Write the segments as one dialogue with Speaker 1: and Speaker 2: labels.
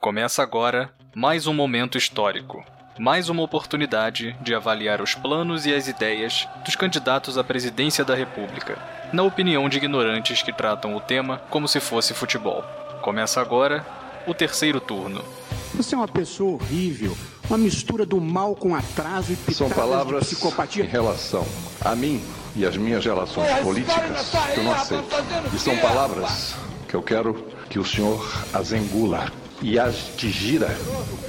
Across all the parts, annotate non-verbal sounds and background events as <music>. Speaker 1: Começa agora mais um momento histórico. Mais uma oportunidade de avaliar os planos e as ideias dos candidatos à presidência da República, na opinião de ignorantes que tratam o tema como se fosse futebol. Começa agora o terceiro turno.
Speaker 2: Você é uma pessoa horrível, uma mistura do mal com atraso e pitadas
Speaker 3: São palavras
Speaker 2: de
Speaker 3: em
Speaker 2: psicopatia.
Speaker 3: relação a mim e as minhas relações políticas
Speaker 2: tá
Speaker 3: que eu não aceito. E são palavras que eu quero que o senhor as engula e as digira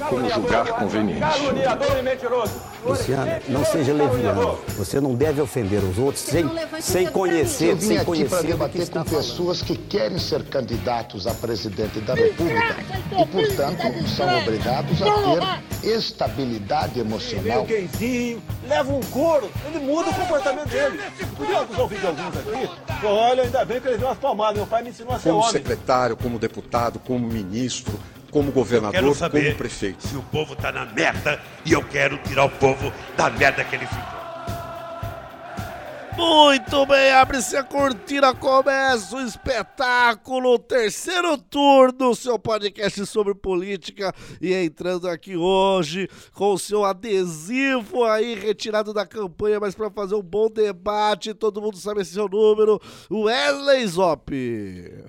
Speaker 3: como julgar conveniente.
Speaker 4: Caluniador e mentiroso.
Speaker 5: Luciana, não seja leviano. Você não deve ofender os outros sem,
Speaker 6: não levante o
Speaker 5: sem
Speaker 6: dedo pra
Speaker 5: conhecer,
Speaker 7: Eu vim
Speaker 5: sem
Speaker 7: aqui para
Speaker 5: conhecer do que
Speaker 7: debater
Speaker 5: está
Speaker 7: com
Speaker 5: falando.
Speaker 7: pessoas que querem ser candidatos a presidente da República e, portanto, são obrigados a ter estabilidade emocional.
Speaker 4: Gayzinho, leva um couro, ele muda o comportamento dele. Podia ouvir de alguns aqui? Olha, ainda bem que ele deu umas palmadas. Meu pai me ensinou a ser
Speaker 8: como
Speaker 4: homem.
Speaker 8: secretário, como deputado, como ministro, como governador,
Speaker 9: Quero saber
Speaker 8: como prefeito.
Speaker 9: se o povo tá na merda e eu quero tirar o povo da merda que ele ficou.
Speaker 10: Muito bem, abre-se a cortina, começa o espetáculo, terceiro turno, seu podcast sobre política e entrando aqui hoje com o seu adesivo aí retirado da campanha, mas para fazer um bom debate, todo mundo sabe esse seu número, Wesley Zop.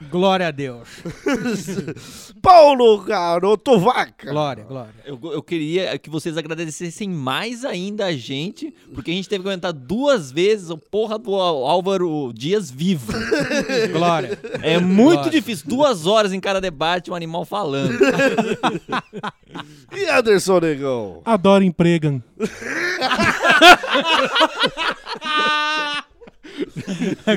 Speaker 11: Glória a Deus.
Speaker 10: <laughs> Paulo Garoto Vaca.
Speaker 11: Glória, glória.
Speaker 12: Eu, eu queria que vocês agradecessem mais ainda a gente, porque a gente teve que aguentar duas vezes o porra do Al- Álvaro Dias vivo.
Speaker 11: Glória.
Speaker 12: É muito
Speaker 11: Nossa.
Speaker 12: difícil, duas horas em cada debate, um animal falando.
Speaker 10: E Anderson Negão.
Speaker 11: Adoro empregam. <laughs>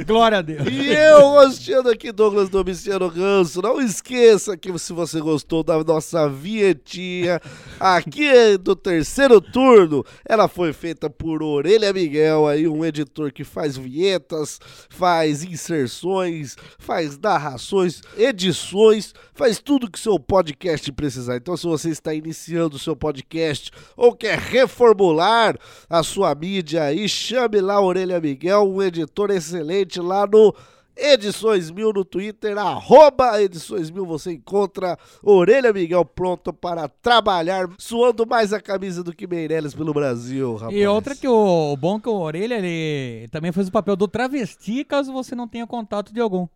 Speaker 11: glória a Deus.
Speaker 10: E eu gostando aqui, Douglas Domiciano Ganso. Não esqueça que se você gostou da nossa vinhetinha aqui do terceiro turno, ela foi feita por Orelha Miguel, aí um editor que faz vinhetas, faz inserções, faz narrações, edições, faz tudo que seu podcast precisar. Então, se você está iniciando o seu podcast ou quer reformular a sua mídia aí, chame lá a Orelha Miguel, um editor excelente lá no Edições Mil no Twitter, arroba Edições Mil, você encontra Orelha Miguel pronto para trabalhar, suando mais a camisa do que Meirelles pelo Brasil, rapaz.
Speaker 11: E outra
Speaker 10: <laughs>
Speaker 11: que o, o bom que o Orelha, ele também fez o papel do travesti, caso você não tenha contato de <laughs> algum.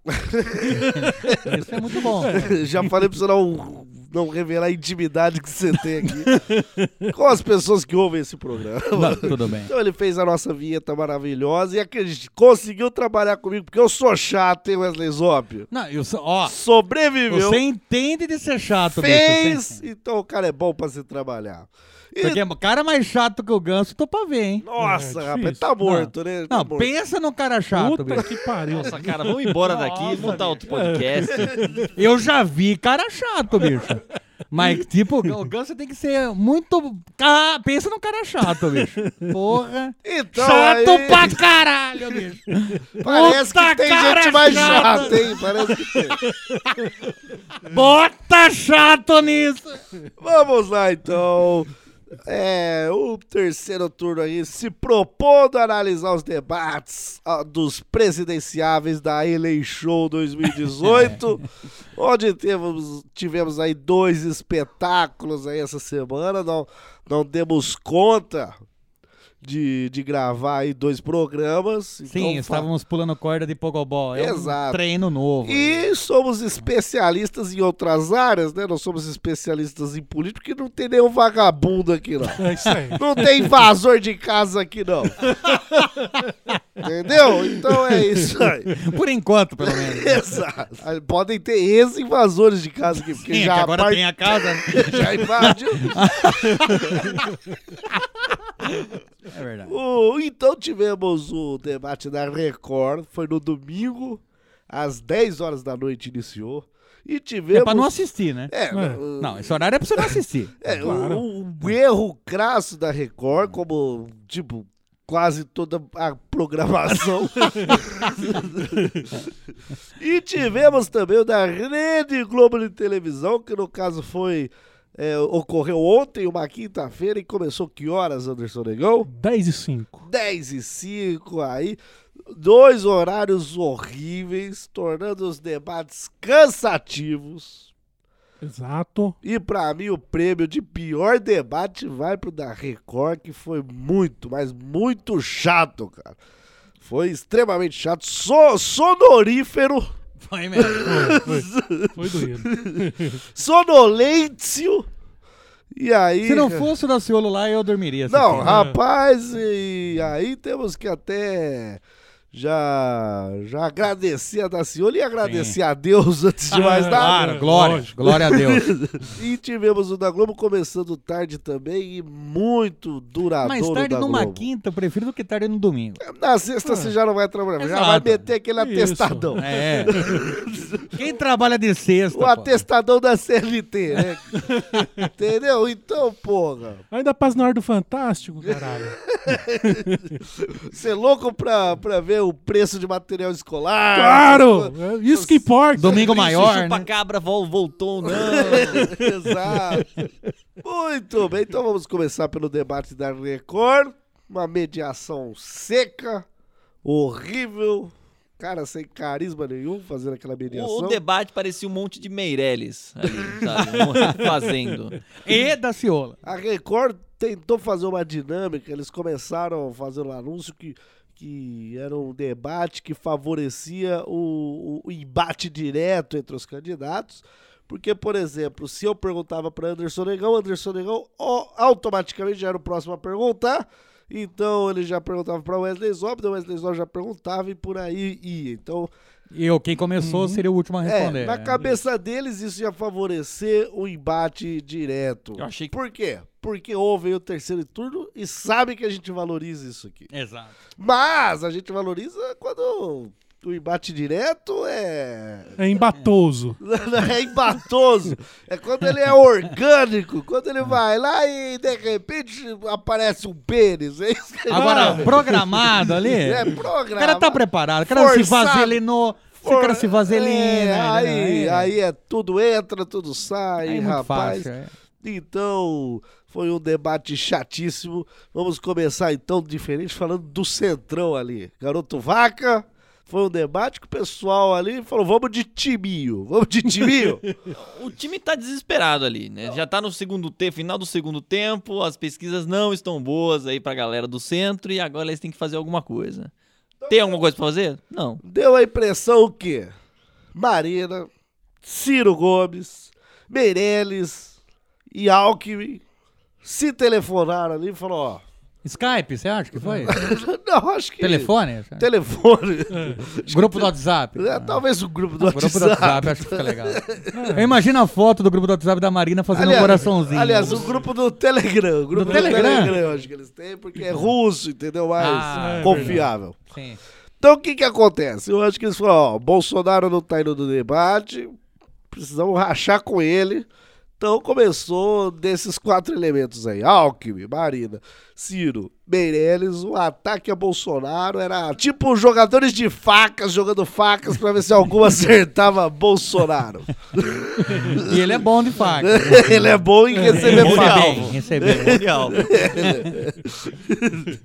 Speaker 11: Isso é muito bom.
Speaker 10: Já falei pra você não, não revelar a intimidade que você tem aqui com as pessoas que ouvem esse programa.
Speaker 11: Não, tudo bem.
Speaker 10: Então ele fez a nossa vinheta maravilhosa e acredite, conseguiu trabalhar comigo, porque eu sou chato, hein, Wesley Zop?
Speaker 11: Não, eu sou, ó,
Speaker 10: Sobreviveu,
Speaker 11: você entende de ser chato, bicho.
Speaker 10: fez,
Speaker 11: você-
Speaker 10: então o cara é bom pra se trabalhar. E-
Speaker 11: Porque cara mais chato que o Ganso, tô pra ver, hein?
Speaker 10: nossa,
Speaker 9: É,
Speaker 10: rapaz,
Speaker 9: difícil.
Speaker 10: tá morto, né? Tá
Speaker 11: Não,
Speaker 10: morto.
Speaker 11: pensa num cara chato, bicho.
Speaker 9: que pariu.
Speaker 12: Nossa, cara, vamos embora daqui, montar outro podcast.
Speaker 11: <laughs> Eu já vi cara chato, bicho. Mas, tipo, o Ganso tem que ser muito. Ca- Pensa num cara chato, bicho. Porra.
Speaker 10: Então,
Speaker 11: é chato
Speaker 10: aí,
Speaker 11: pra caralho, bicho.
Speaker 10: Parece
Speaker 11: Puta
Speaker 10: que tem
Speaker 11: cara
Speaker 10: gente mais
Speaker 11: chata.
Speaker 10: chata, hein? Parece que tem.
Speaker 11: Bota chato nisso.
Speaker 10: Vamos lá, então. É, o terceiro turno aí se propondo a analisar os debates ah, dos presidenciáveis da Eleição
Speaker 11: <laughs>
Speaker 10: 2018, onde temos, tivemos aí dois espetáculos aí essa semana, não, não demos conta de, de gravar aí dois programas.
Speaker 11: Sim,
Speaker 10: então fa-
Speaker 11: estávamos pulando corda de pogobol. É um
Speaker 10: Exato.
Speaker 11: treino novo.
Speaker 10: e somos especialistas em outras áreas, né? Não somos especialistas em política, porque não tem nenhum vagabundo aqui, não.
Speaker 9: É isso aí.
Speaker 10: Não tem invasor de casa aqui, não. Entendeu? Então é isso aí.
Speaker 11: Por enquanto, pelo menos. <laughs>
Speaker 10: Exato. Aí Podem ter ex-invasores de casa aqui, porque
Speaker 11: Sim,
Speaker 10: já,
Speaker 11: que agora
Speaker 10: par-
Speaker 11: tem a casa. né? <laughs>
Speaker 10: já invadiu.
Speaker 11: É verdade.
Speaker 10: O- Então tivemos o debate da Record, foi no domingo, às 10 horas da noite iniciou. E tivemos.
Speaker 11: É pra não assistir, né?
Speaker 10: É,
Speaker 11: Não, esse horário é pra você não assistir.
Speaker 10: É, o, o erro crasso da Record, como, tipo, quase toda a programação. e tivemos também o da Rede Globo de Televisão, que no caso foi. é, ocorreu ontem, uma quinta-feira, e começou que horas, Anderson Negão?
Speaker 9: 10 e 5.
Speaker 10: 10 e 5 aí. Dois horários horríveis, tornando os debates cansativos. Exato. E pra mim o prêmio de pior debate vai pro da Record, que foi muito, mas muito chato, cara. Foi extremamente chato, so, sonorífero.
Speaker 11: Foi mesmo. Foi, foi. Foi doído.
Speaker 10: Sonolêncio. E aí.
Speaker 11: Se não fosse o Daciolo lá, eu dormiria.
Speaker 10: <laughs> Não, assim, rapaz, e aí temos que até já, já agradecer a Daciolo e agradecer
Speaker 11: Sim.
Speaker 10: a Deus antes de
Speaker 11: Ah,
Speaker 12: tá?
Speaker 10: mais nada.
Speaker 11: claro, glória, Lógico. glória
Speaker 12: <laughs>
Speaker 11: a Deus.
Speaker 10: <laughs> e tivemos o da Globo começando tarde também e muito duradouro
Speaker 11: Mais tarde
Speaker 10: da
Speaker 11: numa
Speaker 10: Globo.
Speaker 11: quinta, eu prefiro do que tarde no domingo.
Speaker 12: É,
Speaker 10: Na sexta você já não vai trabalhar, já vai
Speaker 11: Exato.
Speaker 10: meter aquele atestadão.
Speaker 11: É. tá Quem trabalha de sexta?
Speaker 10: O atestadão da CLT, né? Entendeu? Então, porra.
Speaker 6: Ainda passa na hora do Fantástico, <laughs> caralho.
Speaker 10: Você é louco pra, pra ver o preço de material escolar?
Speaker 6: Claro! É Isso que importa.
Speaker 11: Domingo maior, né?
Speaker 12: Chupa cabra vol- voltou, né? não.
Speaker 10: <laughs> Exato. Muito bem, então vamos começar pelo debate da Record. Uma mediação seca, horrível, cara sem carisma nenhum fazendo aquela mediação.
Speaker 12: O, o debate parecia um monte de Meirelles ali, sabe? Um <laughs> Fazendo.
Speaker 11: E
Speaker 6: é
Speaker 11: da Ciola.
Speaker 10: A Record tentou fazer uma dinâmica, eles começaram fazendo um anúncio que, que era um debate que favorecia o, o- o embate direto entre os candidatos. Porque, por exemplo, se eu perguntava para Anderson Negão, Anderson Negão ó, automaticamente já era o próximo a perguntar. Então ele já perguntava para Wesley Zop, daí Wesley Zop já perguntava e por aí ia. Então
Speaker 11: E eu, quem
Speaker 12: Uhum.
Speaker 11: começou, seria o último a responder.
Speaker 10: é, na
Speaker 11: né?
Speaker 10: cabeça deles, isso ia favorecer o embate direto.
Speaker 11: Eu achei que-
Speaker 10: Por quê? Porque ouvem o terceiro turno e sabem que a gente valoriza isso aqui.
Speaker 11: Exato.
Speaker 10: Mas a gente valoriza quando o embate direto é. <laughs>
Speaker 6: É embatoso.
Speaker 10: é embatoso. É quando ele é orgânico. Quando ele vai lá e de repente aparece um pênis. É isso que a gente
Speaker 11: Agora,
Speaker 10: fala.
Speaker 11: programado ali.
Speaker 10: <laughs> É, programado.
Speaker 11: O cara tá preparado. O cara se
Speaker 10: Forçado.
Speaker 11: vaselinou. O cara se vaselina.
Speaker 10: É, aí,
Speaker 11: né?
Speaker 10: aí é tudo entra, tudo sai,
Speaker 11: Aí é muito
Speaker 10: rapaz.
Speaker 11: fácil, é.
Speaker 10: Então, foi um debate chatíssimo. Vamos começar então diferente falando do Centrão ali. Garoto Vaca, foi um debate que o pessoal ali falou: "Vamos de timinho, vamos
Speaker 11: <laughs>
Speaker 10: de timinho".
Speaker 12: O time tá desesperado ali, né? Já tá no segundo tempo, final do segundo tempo, as pesquisas não estão boas aí pra galera do centro e agora eles têm que fazer alguma coisa. Tem alguma coisa pra fazer? Não.
Speaker 10: Deu a impressão que Marina, Ciro Gomes, Meirelles e Alckmin se telefonaram ali e falaram: "Ó, <laughs>
Speaker 11: Skype, você acha que foi?
Speaker 10: Não, acho que.
Speaker 11: Telefone? acho.
Speaker 10: É. Telefone. <laughs>
Speaker 11: Grupo do WhatsApp.
Speaker 10: É, talvez o grupo do
Speaker 11: O
Speaker 10: WhatsApp.
Speaker 11: grupo do WhatsApp,
Speaker 10: <laughs>
Speaker 11: acho que fica legal. Eu imagino a foto do grupo do WhatsApp da Marina fazendo
Speaker 10: Aliás-
Speaker 11: um coraçãozinho.
Speaker 10: Aliás, o grupo do Telegram. O grupo do,
Speaker 11: Telegram?
Speaker 10: acho que eles têm, porque é russo, entendeu? Mais
Speaker 11: Ah, é
Speaker 10: confiável.
Speaker 11: Sim.
Speaker 10: Então, o que que acontece? Eu acho que eles falaram, ó, Bolsonaro não tá indo no debate, precisamos rachar com ele. Então, começou desses quatro elementos aí. Alckmin, Marina, Ciro, Meirelles, o ataque a Bolsonaro era tipo jogadores de facas, jogando facas pra ver se algum <laughs> acertava Bolsonaro. <laughs>
Speaker 11: E ele é bom de faca.
Speaker 10: Ele é bom em receber
Speaker 11: Recebe
Speaker 10: falta.
Speaker 11: bem, recebe bem.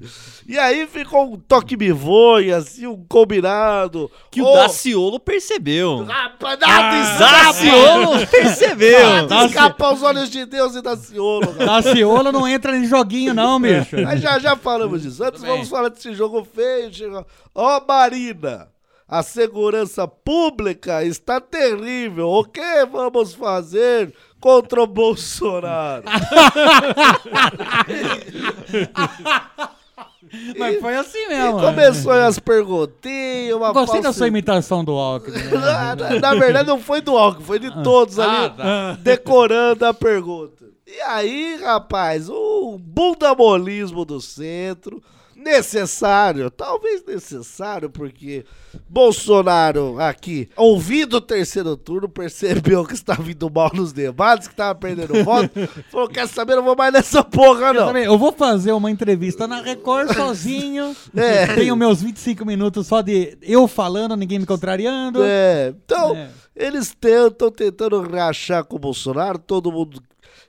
Speaker 10: E aí ficou um toque bivoia, assim, um combinado.
Speaker 12: Que
Speaker 10: Ô,
Speaker 12: o Ah, Daciolo percebeu.
Speaker 10: Rapaz, nada escapa. <laughs>
Speaker 12: Daciolo percebeu.
Speaker 11: tá
Speaker 10: Nada escapa
Speaker 11: assim.
Speaker 10: aos olhos de Deus e Daciolo. cara.
Speaker 11: Daciolo não entra em joguinho, não, bicho.
Speaker 10: Mas já, já falamos disso. Antes
Speaker 11: Tudo bem.
Speaker 10: vamos falar desse jogo feio. chega- Ó, Marina, a segurança pública está terrível. O que vamos fazer contra
Speaker 11: <laughs>
Speaker 10: o Bolsonaro?
Speaker 11: Ah, Mas foi assim
Speaker 10: E
Speaker 11: mesmo.
Speaker 10: começou assim. aí as perguntinhas, uma
Speaker 11: Gostei da
Speaker 10: falsa-
Speaker 11: sua imitação do Alckmin. né?
Speaker 10: Na, <laughs> na- na verdade, não foi do álcool, foi de todos
Speaker 11: Ah,
Speaker 10: ali
Speaker 11: tá.
Speaker 10: decorando a pergunta. E aí, rapaz, o bundabolismo do centro, necessário, talvez necessário, porque Bolsonaro aqui, ouvindo o terceiro turno, percebeu que estava indo mal nos debates, que estava
Speaker 11: <laughs>
Speaker 10: perdendo voto, falou, quer saber, não vou mais nessa porra,
Speaker 11: Eu
Speaker 10: não.
Speaker 11: também, Eu vou fazer uma entrevista na
Speaker 10: <laughs>
Speaker 11: Record sozinho.
Speaker 10: É.
Speaker 11: Tenho meus 25 minutos só de eu falando, ninguém me contrariando.
Speaker 10: É, então,
Speaker 11: É.
Speaker 10: eles tentam, tentando rachar com o Bolsonaro, todo mundo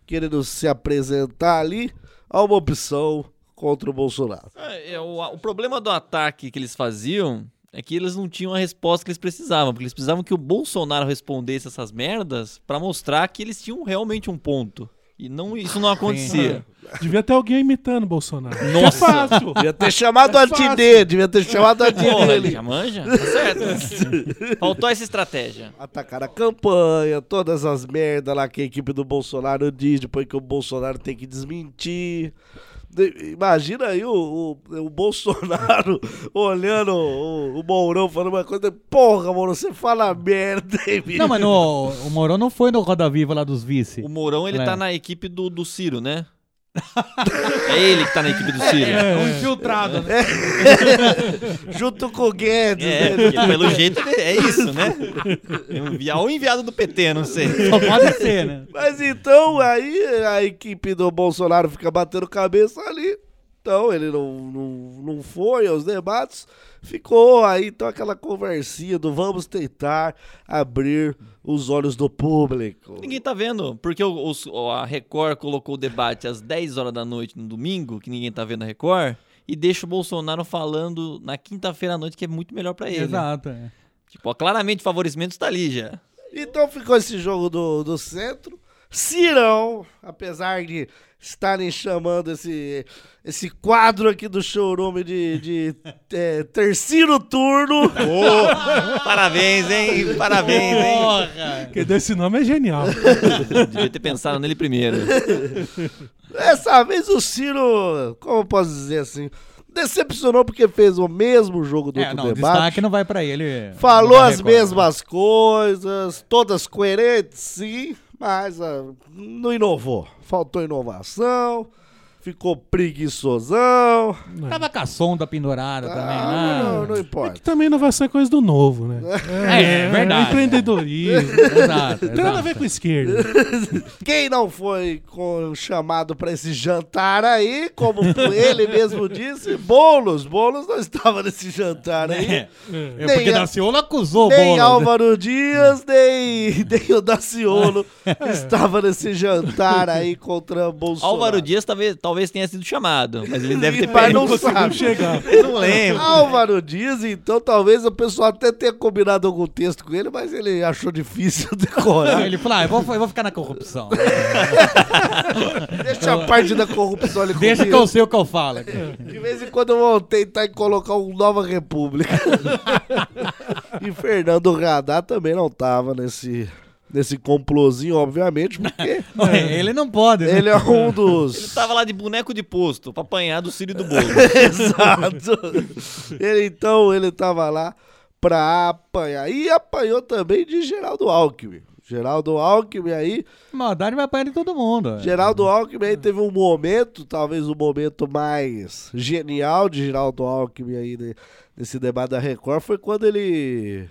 Speaker 10: querendo se apresentar ali a uma opção contra o Bolsonaro.
Speaker 12: É, é, o, o problema do ataque que eles faziam É que eles não tinham a resposta que eles precisavam, porque eles precisavam que o Bolsonaro respondesse essas merdas pra mostrar que eles tinham realmente um ponto. E não, isso não acontecia.
Speaker 6: Devia ter alguém imitando o Bolsonaro.
Speaker 12: Nossa.
Speaker 6: Que é fácil.
Speaker 10: Devia ter chamado o
Speaker 6: fácil.
Speaker 10: Artidê, devia ter chamado o Artidê
Speaker 12: Porra,
Speaker 10: ali.
Speaker 12: já manja? Tá certo. Faltou essa estratégia.
Speaker 10: Atacar a campanha, todas as merdas lá que a equipe do Bolsonaro diz, depois que o Bolsonaro tem que desmentir. De- Imagina aí o, o, o Bolsonaro <laughs> olhando o, o Mourão falando uma coisa, porra, Mourão, você fala merda, hein, bicho?"
Speaker 11: Não, mas no, o Mourão não foi no Roda Viva lá dos vice.
Speaker 12: O Mourão, ele
Speaker 11: É.
Speaker 12: tá na equipe do, do Ciro, né? <laughs> é ele que tá na equipe do Ciro.
Speaker 11: É, o infiltrado, né?
Speaker 10: <laughs> Junto com o Guedes,
Speaker 12: É,
Speaker 10: né?
Speaker 12: porque pelo jeito ele- é isso, né? É um envi- Ou enviado do PT, não sei.
Speaker 11: Só pode ser, né?
Speaker 10: Mas então aí a equipe do Bolsonaro fica batendo cabeça ali. Então ele não, não, não foi aos debates. Ficou aí então aquela conversinha do vamos tentar abrir os olhos do público.
Speaker 12: Ninguém tá vendo, porque o- os- o- a Record colocou o debate às 10 horas da noite no domingo, que ninguém tá vendo a Record, e deixa o Bolsonaro falando na quinta-feira à noite, que é muito melhor pra ele.
Speaker 11: Exato. é.
Speaker 12: Tipo, ó, claramente o favorecimento está ali já.
Speaker 10: Então ficou esse jogo do, do centro. Cirão, apesar de estarem chamando esse, esse quadro aqui do showroom de, de <laughs> é, terceiro turno.
Speaker 12: Parabéns, hein? Parabéns, hein?
Speaker 6: Quem deu esse nome é genial.
Speaker 12: Devia ter pensado nele primeiro.
Speaker 10: Dessa vez o Ciro, como eu posso dizer assim, decepcionou porque fez o mesmo jogo do
Speaker 11: É,
Speaker 10: outro
Speaker 11: não, o
Speaker 10: debate.
Speaker 11: destaque não vai pra ele.
Speaker 10: Falou
Speaker 11: Não né? vai
Speaker 10: as
Speaker 11: Record.
Speaker 10: mesmas coisas, todas coerentes, sim, mas ah, não inovou. Faltou inovação, ficou preguiçosão.
Speaker 11: Tava com a sonda pendurada também.
Speaker 10: Ah,
Speaker 11: né?
Speaker 10: não, não
Speaker 6: Que
Speaker 11: <laughs>
Speaker 10: importa.
Speaker 6: também inovação é coisa do novo, né?
Speaker 11: É, é <laughs> verdade.
Speaker 6: Empreendedorismo.
Speaker 11: Exato,
Speaker 6: Tem nada a ver
Speaker 11: exato.
Speaker 6: com esquerda.
Speaker 10: Quem não foi com- chamado pra esse jantar aí, como ele mesmo disse, Boulos, Boulos não estava nesse jantar aí.
Speaker 11: <laughs> É, é
Speaker 10: Nem
Speaker 11: porque
Speaker 10: a-
Speaker 11: Daciolo acusou o
Speaker 10: Nem
Speaker 11: Boulos. né?
Speaker 10: Álvaro Dias, nem, <laughs> nem o Daciolo
Speaker 12: É.
Speaker 10: estava nesse jantar aí contra Bolsonaro.
Speaker 12: Álvaro Dias talvez, talvez tenha sido chamado, mas ele deve ter
Speaker 10: Mas
Speaker 12: perdido.
Speaker 10: não sabe.
Speaker 6: chegar.
Speaker 12: Eu não lembro.
Speaker 10: Álvaro Dias, então talvez o pessoal até tenha combinado algum texto com ele, mas ele achou difícil <laughs>
Speaker 11: Aí
Speaker 10: decorar.
Speaker 11: Ele falou, ah, eu vou, eu vou ficar na
Speaker 12: <laughs>
Speaker 11: corrupção.
Speaker 10: Deixa a parte da corrupção ali
Speaker 11: Deixa que
Speaker 10: comigo.
Speaker 11: eu sei o que eu falo. aqui.
Speaker 10: De vez em quando eu vou tentar colocar um Nova
Speaker 12: <laughs>
Speaker 10: República. e Fernando Radar também não tava nesse, nesse complozinho, obviamente,
Speaker 12: <laughs>
Speaker 10: porque
Speaker 11: Ué, <laughs> Ele não pode, né?
Speaker 10: ele é um
Speaker 12: Ele
Speaker 10: dos...
Speaker 12: tava lá de boneco de posto, pra apanhar do Ciro e do Bolo.
Speaker 10: Exato. Ele, então ele tava lá pra apanhar. E apanhou também de Geraldo Alckmin. Geraldo Alckmin aí.
Speaker 11: <laughs> Maldade vai apanhar de todo mundo. é. ué.
Speaker 10: Geraldo Alckmin aí teve um momento, talvez o momento mais genial de Geraldo Alckmin aí ne- nesse debate da Record foi quando ele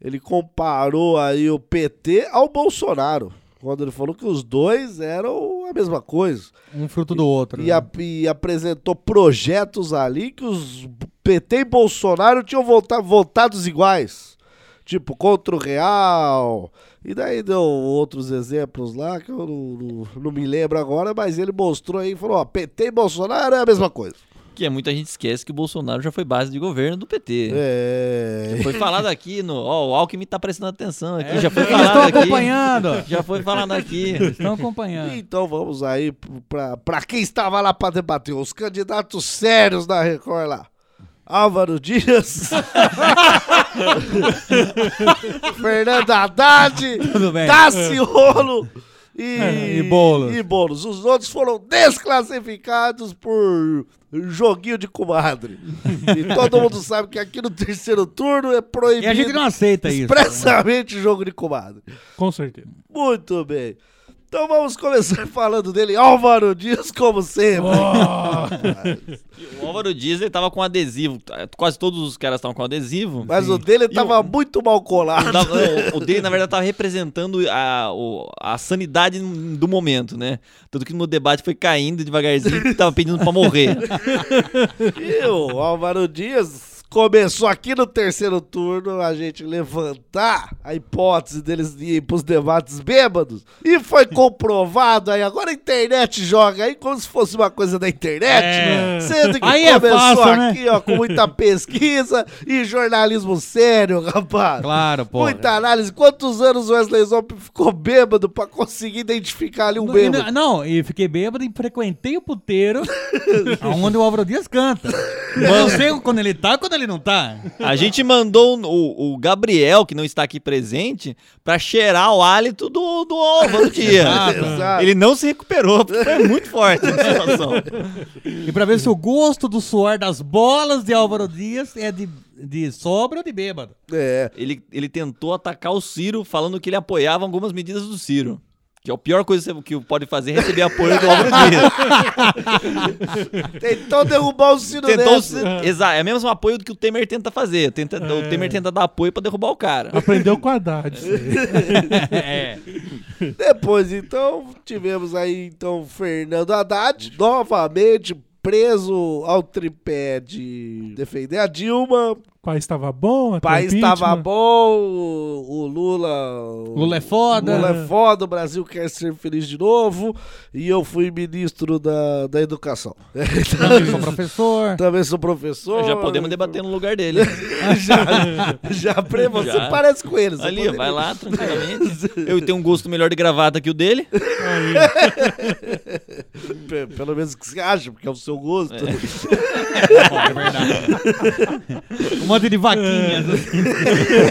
Speaker 10: ele comparou aí o PT ao Bolsonaro. Quando ele falou que os dois eram a mesma coisa.
Speaker 11: Um fruto do outro.
Speaker 10: E, ap- e apresentou projetos ali que os PT e Bolsonaro tinham vota- votados iguais. Tipo, contra o Real. E daí deu outros exemplos lá que eu não, não- não me lembro agora, mas ele mostrou aí e falou: ó, PT e Bolsonaro é a mesma coisa.
Speaker 12: Que é muita gente esquece que o Bolsonaro já foi base de governo do PT.
Speaker 10: É.
Speaker 12: Foi falado aqui no. Ó, o Alckmin tá prestando atenção aqui. Já foi
Speaker 11: É. Eles
Speaker 12: falado
Speaker 11: estão
Speaker 12: aqui.
Speaker 11: acompanhando.
Speaker 12: Já foi falado aqui.
Speaker 11: Estão acompanhando.
Speaker 10: Então vamos aí pra, pra quem estava lá pra debater, os candidatos sérios da Record lá.
Speaker 11: <laughs>
Speaker 10: Álvaro Dias. Fernanda Haddad.
Speaker 11: Tudo bem. É,
Speaker 10: Daciolo. E,
Speaker 11: E Boulos.
Speaker 10: e Boulos. Os outros foram desclassificados por joguinho
Speaker 11: <laughs>
Speaker 10: de comadre. E todo mundo sabe que aqui no terceiro turno é proibido.
Speaker 11: E a gente não aceita isso. né?
Speaker 10: expressamente jogo de comadre.
Speaker 6: Com certeza.
Speaker 10: Muito bem. Então vamos começar <laughs> falando dele, Álvaro Dias, como sempre.
Speaker 12: Oh,
Speaker 11: né?
Speaker 12: O Álvaro Dias, ele tava com adesivo. Quase todos os caras estavam com adesivo.
Speaker 10: Mas o dele tava muito mal colado.
Speaker 12: Tava- o- o dele, na verdade, tava representando a, o- a sanidade do momento, né? Tanto que no debate foi caindo devagarzinho e tava pedindo pra morrer.
Speaker 10: E o Álvaro Dias, começou aqui no terceiro turno a gente levantar a hipótese deles irem pros debates bêbados. E foi comprovado aí. Agora a internet joga aí como se fosse uma coisa da internet. né?
Speaker 11: É.
Speaker 10: Sendo que
Speaker 11: Aí é
Speaker 10: começou
Speaker 11: fácil, né?
Speaker 10: aqui, ó, com muita pesquisa e jornalismo sério, rapaz.
Speaker 11: Claro, pô.
Speaker 10: Muita análise. Quantos anos o Wesley Zop ficou bêbado pra conseguir identificar ali um
Speaker 11: Não, e
Speaker 10: bêbado?
Speaker 11: não- não, e fiquei bêbado e frequentei
Speaker 12: <laughs>
Speaker 11: o puteiro onde o Álvaro Dias canta. Eu sei quando ele tá e quando ele não tá.
Speaker 12: A gente mandou o, o Gabriel, que não está aqui presente, pra cheirar o hálito do, do Álvaro Dias.
Speaker 10: <laughs> Exato.
Speaker 12: Ele não se recuperou, porque foi muito forte a situação.
Speaker 11: E pra ver se o gosto do suor das bolas de Álvaro Dias é de, de sobra ou de bêbado.
Speaker 10: É.
Speaker 12: Ele, ele tentou atacar o Ciro falando que ele apoiava algumas medidas do Ciro. Que é a pior coisa que você- que pode fazer é receber apoio do
Speaker 11: <laughs>
Speaker 12: Álvaro Dias.
Speaker 10: Tentou Então derrubar o sino
Speaker 12: Tentou,
Speaker 10: dessa.
Speaker 12: exato, é o mesmo apoio do que o Temer tenta fazer. Tenta, O Temer tenta dar apoio pra derrubar o cara.
Speaker 6: Aprendeu com a Haddad. isso <laughs> aí.
Speaker 12: É.
Speaker 10: Depois, então, tivemos aí, então, Fernando Haddad, novamente preso ao tripé de defender a Dilma.
Speaker 6: Pai estava bom,
Speaker 10: O país estava
Speaker 6: estava
Speaker 10: bom, o o Lula... o-
Speaker 11: Lula é foda.
Speaker 10: Lula é foda, o Brasil quer ser feliz de novo. E eu fui ministro da, da educação.
Speaker 11: Também
Speaker 10: <laughs>
Speaker 11: sou professor.
Speaker 10: Também sou
Speaker 11: é
Speaker 10: professor.
Speaker 12: Já podemos debater no lugar dele.
Speaker 10: <laughs> já, já, pre- você
Speaker 12: Já.
Speaker 10: parece com eles. você
Speaker 12: Ali,
Speaker 10: poderia- <laughs>
Speaker 12: vai lá
Speaker 11: <laughs>
Speaker 12: tranquilamente. Eu tenho um gosto melhor de gravata que o dele.
Speaker 10: Pe- Pelo menos que se acha, porque é o seu gosto.
Speaker 11: É
Speaker 12: <laughs>
Speaker 11: verdade. Um monte de vaquinhas.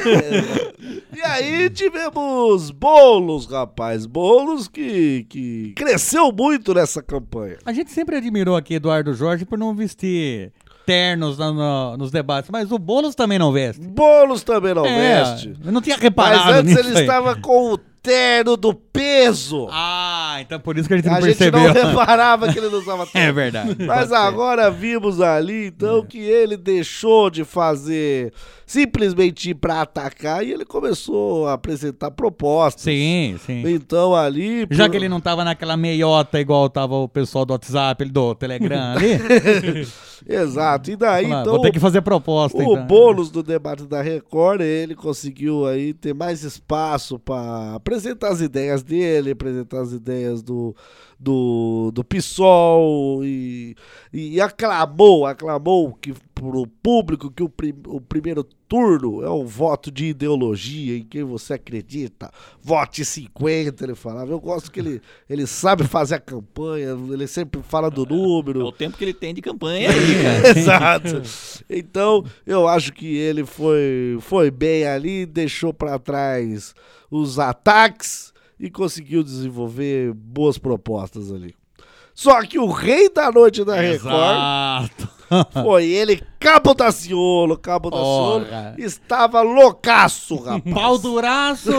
Speaker 12: É.
Speaker 10: e aí tivemos bolos, rapaz. Bolos que, que cresceu muito nessa campanha.
Speaker 11: A gente sempre admirou aqui Eduardo Jorge por não vestir ternos na- na- nos debates, mas o Boulos também não veste.
Speaker 10: Bolos também não
Speaker 11: É,
Speaker 10: veste.
Speaker 11: Eu não tinha
Speaker 10: Mas
Speaker 11: reparado
Speaker 10: antes
Speaker 11: nisso
Speaker 10: ele
Speaker 11: aí.
Speaker 10: estava com o terno do peso.
Speaker 11: Ah, então por isso que a gente não
Speaker 10: a gente
Speaker 11: percebeu.
Speaker 10: não reparava que ele não usava terno.
Speaker 11: <laughs> É verdade.
Speaker 10: Mas agora vimos ali, então, que ele deixou de fazer simplesmente ir pra atacar e ele começou a apresentar propostas.
Speaker 11: Sim, sim.
Speaker 10: Então ali.
Speaker 11: Já
Speaker 10: por-
Speaker 11: que ele não tava naquela meiota igual tava o pessoal do WhatsApp, ele do
Speaker 12: <laughs>
Speaker 11: Telegram ali.
Speaker 10: Exato. E daí,
Speaker 11: Fala,
Speaker 10: então.
Speaker 11: vou ter que fazer proposta,
Speaker 10: O
Speaker 11: então.
Speaker 10: Boulos do debate da Record, ele conseguiu aí ter mais espaço para apresentar as ideias dele, apresentar as ideias do, do, do PSOL e, e aclamou, aclamou que pro público que o, prim- o primeiro turno é um voto de ideologia em quem você acredita. Vote 50, ele falava. Eu gosto que ele, ele sabe fazer a campanha, ele sempre fala do número.
Speaker 12: É o tempo que ele tem de campanha
Speaker 11: <laughs>
Speaker 12: aí, cara.
Speaker 10: Exato. é. <laughs> Então, eu acho que ele foi, foi bem ali, deixou pra trás os ataques e conseguiu desenvolver boas propostas ali. Só que o rei da noite da Record
Speaker 11: Exato.
Speaker 10: foi ele, Cabo da Ciolo. Cabo da Ciolo
Speaker 11: Ora.
Speaker 10: estava loucaço, rapaz.
Speaker 11: <laughs> Pau
Speaker 12: <laughs>
Speaker 11: duraço.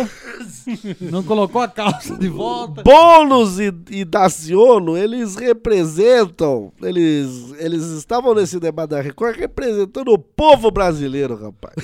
Speaker 11: não colocou a calça de volta.
Speaker 10: Boulos e, e Daciolo, eles representam, eles, eles estavam nesse debate da Record representando o povo brasileiro, rapaz.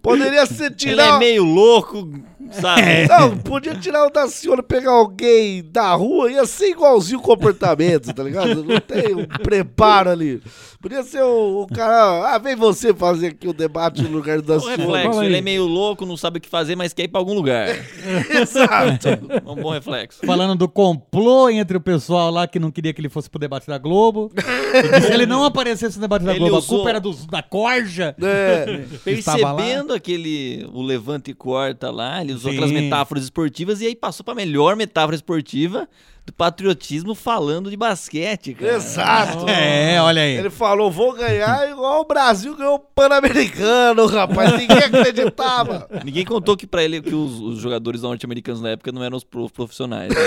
Speaker 10: Poderia ser
Speaker 12: <laughs> Ele é
Speaker 10: tirar...
Speaker 12: meio louco, sabe?
Speaker 10: Não, <laughs> podia tirar o Daciolo, pegar alguém da rua, ia ser igualzinho o comportamento, tá ligado? Não tem um preparo ali. Podia ser o, o cara, ah, vem você fazer aqui o debate no lugar do
Speaker 12: O
Speaker 10: Daciolo.
Speaker 12: reflexo,
Speaker 6: Fala aí.
Speaker 12: ele é meio louco, não sabe o que fazer, mas quer ir pra algum lugar.
Speaker 10: <laughs> Exato.
Speaker 12: É um bom reflexo.
Speaker 11: Falando do complô entre o pessoal lá que não queria que ele fosse pro debate da Globo. E que se ele não aparecesse no debate da
Speaker 12: Ele
Speaker 11: Globo,
Speaker 12: usou-
Speaker 11: a culpa era dos, da corja.
Speaker 10: É.
Speaker 11: Ele estava lá.
Speaker 12: Percebendo aquele o levanta e corta lá, ele usou
Speaker 11: Sim.
Speaker 12: aquelas metáforas esportivas e aí passou pra melhor metáfora esportiva do patriotismo falando de basquete, cara.
Speaker 10: Exato.
Speaker 11: É, olha aí.
Speaker 10: Ele falou, vou ganhar igual o Brasil ganhou o Pan-Americano, rapaz. Ninguém acreditava.
Speaker 12: Ninguém contou que pra ele que os, os jogadores norte-americanos na época não eram os pro- profissionais, né?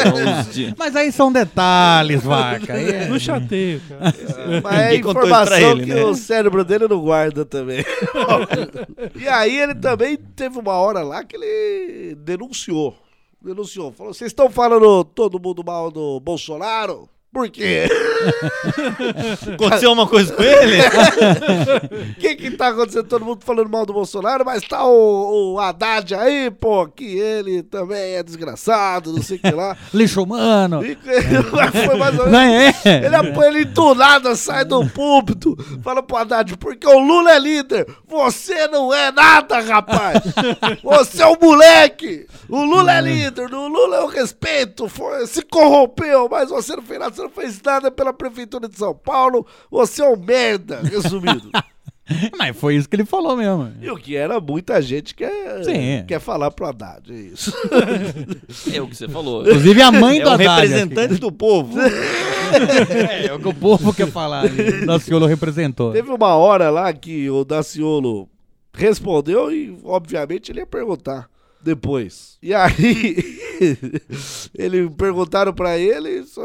Speaker 12: Eram os de-
Speaker 11: Mas aí são detalhes, vaca. Aí é-
Speaker 6: Não chateio, cara.
Speaker 10: Mas é
Speaker 12: Ninguém contou isso pra
Speaker 10: informação
Speaker 12: ele,
Speaker 10: que
Speaker 12: né?
Speaker 10: o cérebro dele não guarda também. e aí ele também teve uma hora lá que ele denunciou. Denunciou. Falou, vocês estão falando todo mundo mal do Bolsonaro? Por quê?
Speaker 12: Aconteceu uma coisa com ele?
Speaker 10: O que que tá acontecendo? Todo mundo falando mal do Bolsonaro, mas tá o, o Haddad aí, pô, que ele também é desgraçado, não sei o
Speaker 12: <laughs>
Speaker 10: que lá.
Speaker 11: Lixo humano.
Speaker 10: E <laughs> que- Foi mais ou menos.
Speaker 11: Não é?
Speaker 10: <laughs> Ele apanha ele do nada, sai do púlpito, fala pro Haddad, porque o Lula é líder, você não é nada, <laughs> rapaz. Você é um moleque. O Lula é líder, o Lula eu respeito, foi- se corrompeu, mas você não fez nada, você não fez nada pela prefeitura de São Paulo, você é um merda, resumido.
Speaker 11: Mas foi isso que ele falou mesmo.
Speaker 10: <laughs> E o que era muita gente quer,
Speaker 11: Sim.
Speaker 10: quer falar pro Haddad, é um isso.
Speaker 12: É o que você falou.
Speaker 11: Inclusive, a mãe
Speaker 12: é
Speaker 11: do
Speaker 12: o
Speaker 11: Haddad
Speaker 12: representante
Speaker 11: aqui.
Speaker 12: do povo.
Speaker 10: <laughs>
Speaker 11: É, é o que o povo quer falar. né? Daciolo representou.
Speaker 10: Teve uma hora lá que o Daciolo respondeu e, obviamente, ele ia perguntar depois. E aí, <laughs> ele perguntaram pra ele, só-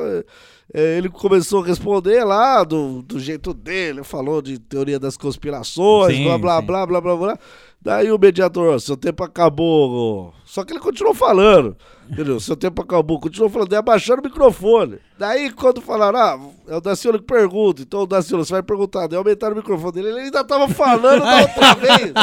Speaker 10: é, ele começou a responder lá do, do jeito dele, falou de teoria das conspirações,
Speaker 11: Sim,
Speaker 10: blá, blá,
Speaker 11: sim.
Speaker 10: blá, blá, blá, blá. Daí o mediador, seu tempo acabou. Só que ele continuou falando. Entendeu? Seu tempo acabou, continuou falando, daí abaixando o microfone. Daí quando falaram, ah, é o Daciolo que pergunta, então o Daciolo, você vai perguntar, daí aumentaram o microfone dele, ele ainda tava falando
Speaker 11: <laughs>
Speaker 10: da outra vez.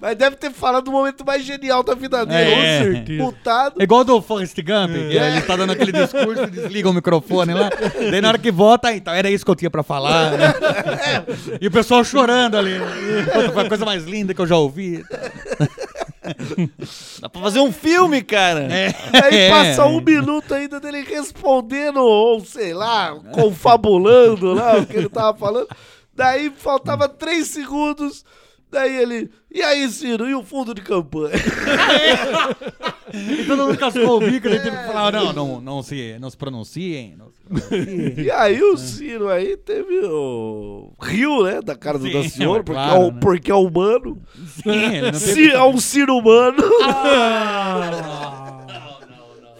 Speaker 10: Mas deve ter falado do momento mais genial da vida dele.
Speaker 11: É.
Speaker 10: Putado.
Speaker 11: É igual do Forrest Gump, que
Speaker 10: É.
Speaker 11: ele tá dando aquele discurso e desliga o microfone lá. Daí na hora que vota, então era isso que eu tinha pra falar. né?
Speaker 10: É.
Speaker 11: E o pessoal chorando ali. Puta, Foi a coisa mais linda que eu já ouvi.
Speaker 12: Dá pra fazer um filme, cara.
Speaker 11: É.
Speaker 10: Aí passa um minuto ainda dele respondendo, ou sei lá, confabulando lá o que ele tava falando. Daí faltava três segundos. Daí ele. E aí, Ciro? E o fundo de campanha? <laughs>
Speaker 11: E todo mundo cascou o bico, ele teve que falar, não, não, não, se, não se pronunciem. não se pronunciem.
Speaker 10: E aí o Ciro aí teve o. Rio, né? Da cara do
Speaker 11: Sim,
Speaker 10: Daciolo,
Speaker 11: é
Speaker 10: porque,
Speaker 11: claro,
Speaker 10: é, o-
Speaker 11: né?
Speaker 10: porque é humano.
Speaker 11: Sim, ele não teve-
Speaker 10: Se é um Ciro
Speaker 11: <laughs>
Speaker 10: humano.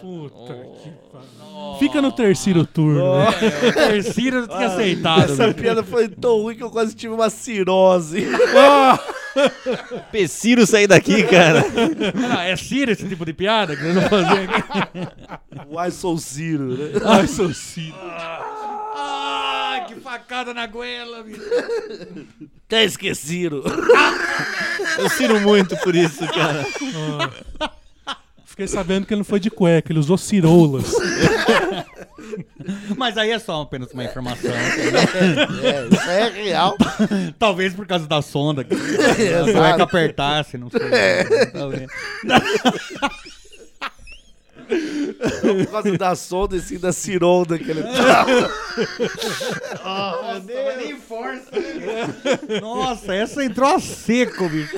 Speaker 6: Puta
Speaker 11: Oh.
Speaker 6: que pariu. Fica no terceiro turno. né?
Speaker 11: O terceiro eu tinha aceitado.
Speaker 10: Essa piada foi tão ruim que eu quase tive uma cirose. <laughs>
Speaker 12: Peciro sair daqui, cara.
Speaker 11: Não, é Ciro esse tipo de piada que nós vamos
Speaker 12: <laughs>
Speaker 11: fazer aqui?
Speaker 10: Why so Ciro, né?
Speaker 11: Why so Ciro? Ah, que facada na goela, bicho.
Speaker 10: Até esquecido.
Speaker 12: Eu Ciro muito por isso, cara.
Speaker 6: Fiquei sabendo que ele não foi de cueca, ele usou ciroulas.
Speaker 11: Mas aí é só apenas uma informação.
Speaker 10: É, isso é real.
Speaker 11: Talvez por causa da sonda. Que a
Speaker 10: Exato.
Speaker 11: cueca apertasse, não sei.
Speaker 10: É.
Speaker 11: Talvez.
Speaker 10: Por causa da sonda e sim da cironda que ele tava.
Speaker 11: Nossa, mas nem força. Nossa, essa entrou a seco, bicho.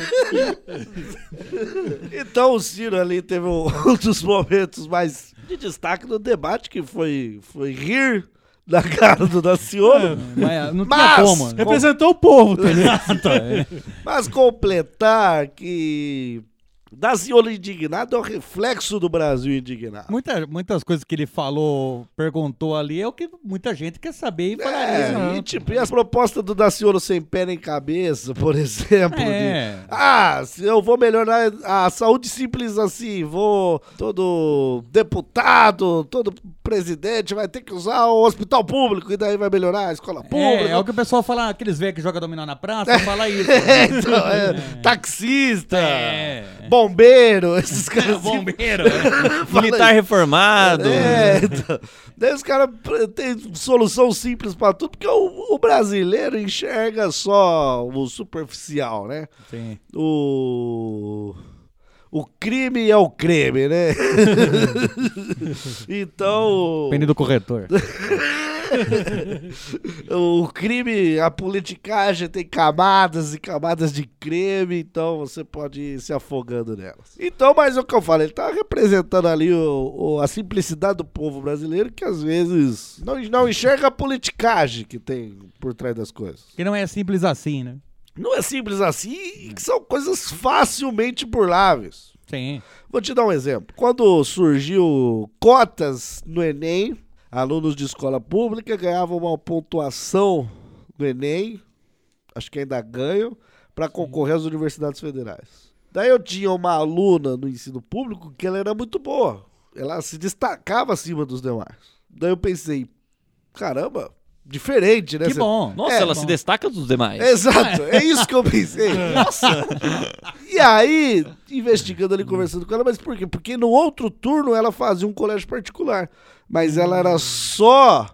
Speaker 10: Então o Ciro ali teve um, <laughs> um dos momentos mais de destaque no debate, que foi, foi rir da cara do Daciolo.
Speaker 11: Mas É, não tinha como. né?
Speaker 6: Representou o povo, tá ligado?
Speaker 11: Exato, <laughs> é.
Speaker 10: Mas completar que Daciolo indignado é o reflexo do Brasil indignado.
Speaker 11: Muita- muitas coisas que ele falou, perguntou ali, é o que muita gente quer saber e falaria.
Speaker 10: É, e
Speaker 11: não.
Speaker 10: tipo, e as propostas do Daciolo sem pé nem cabeça, por <laughs> exemplo,
Speaker 11: É.
Speaker 10: de, ah, se eu vou melhorar a saúde simples assim, vou todo deputado, todo presidente vai ter que usar o hospital público e daí vai melhorar a escola
Speaker 11: É,
Speaker 10: pública.
Speaker 11: é o que o pessoal fala, aqueles velhos que jogam dominó na praça, fala isso.
Speaker 10: <laughs> É, então,
Speaker 11: <laughs>
Speaker 10: é, taxista,
Speaker 11: É.
Speaker 10: bombeiro,
Speaker 11: <laughs>
Speaker 10: esses caras. assim,
Speaker 11: Bombeiro.
Speaker 10: <laughs> fala
Speaker 12: Militar reformado.
Speaker 10: É, então, daí os caras pr- têm solução simples pra tudo, porque o, o brasileiro enxerga só o superficial, né?
Speaker 11: Sim.
Speaker 10: O. O crime é o creme, né? então.
Speaker 11: Pene do
Speaker 10: <laughs>
Speaker 11: corretor.
Speaker 10: O crime, a politicagem tem camadas e camadas de creme, então você pode ir se afogando nelas. Então, mas é o que eu falo, ele tá representando ali o- o- a simplicidade do povo brasileiro que às vezes não, não enxerga a politicagem que tem por trás das coisas.
Speaker 11: Que não é simples assim, né?
Speaker 10: Não é simples assim e que são coisas facilmente burláveis.
Speaker 11: Sim.
Speaker 10: Vou te dar um exemplo. Quando surgiu cotas no Enem, alunos de escola pública ganhavam uma pontuação no Enem, acho que ainda ganham, para concorrer às universidades federais. Daí eu tinha uma aluna no ensino público que ela era muito boa. Ela se destacava acima dos demais. Daí eu pensei, caramba, diferente, né?
Speaker 12: Que
Speaker 10: Você-
Speaker 12: bom. Nossa,
Speaker 10: É,
Speaker 12: ela
Speaker 10: bom.
Speaker 12: se destaca dos demais.
Speaker 10: Exato, é isso que
Speaker 11: <laughs>
Speaker 10: eu pensei.
Speaker 11: É.
Speaker 12: Nossa.
Speaker 10: E aí, investigando ali, conversando com ela, mas por quê? Porque no outro turno ela fazia um colégio particular, mas ela era só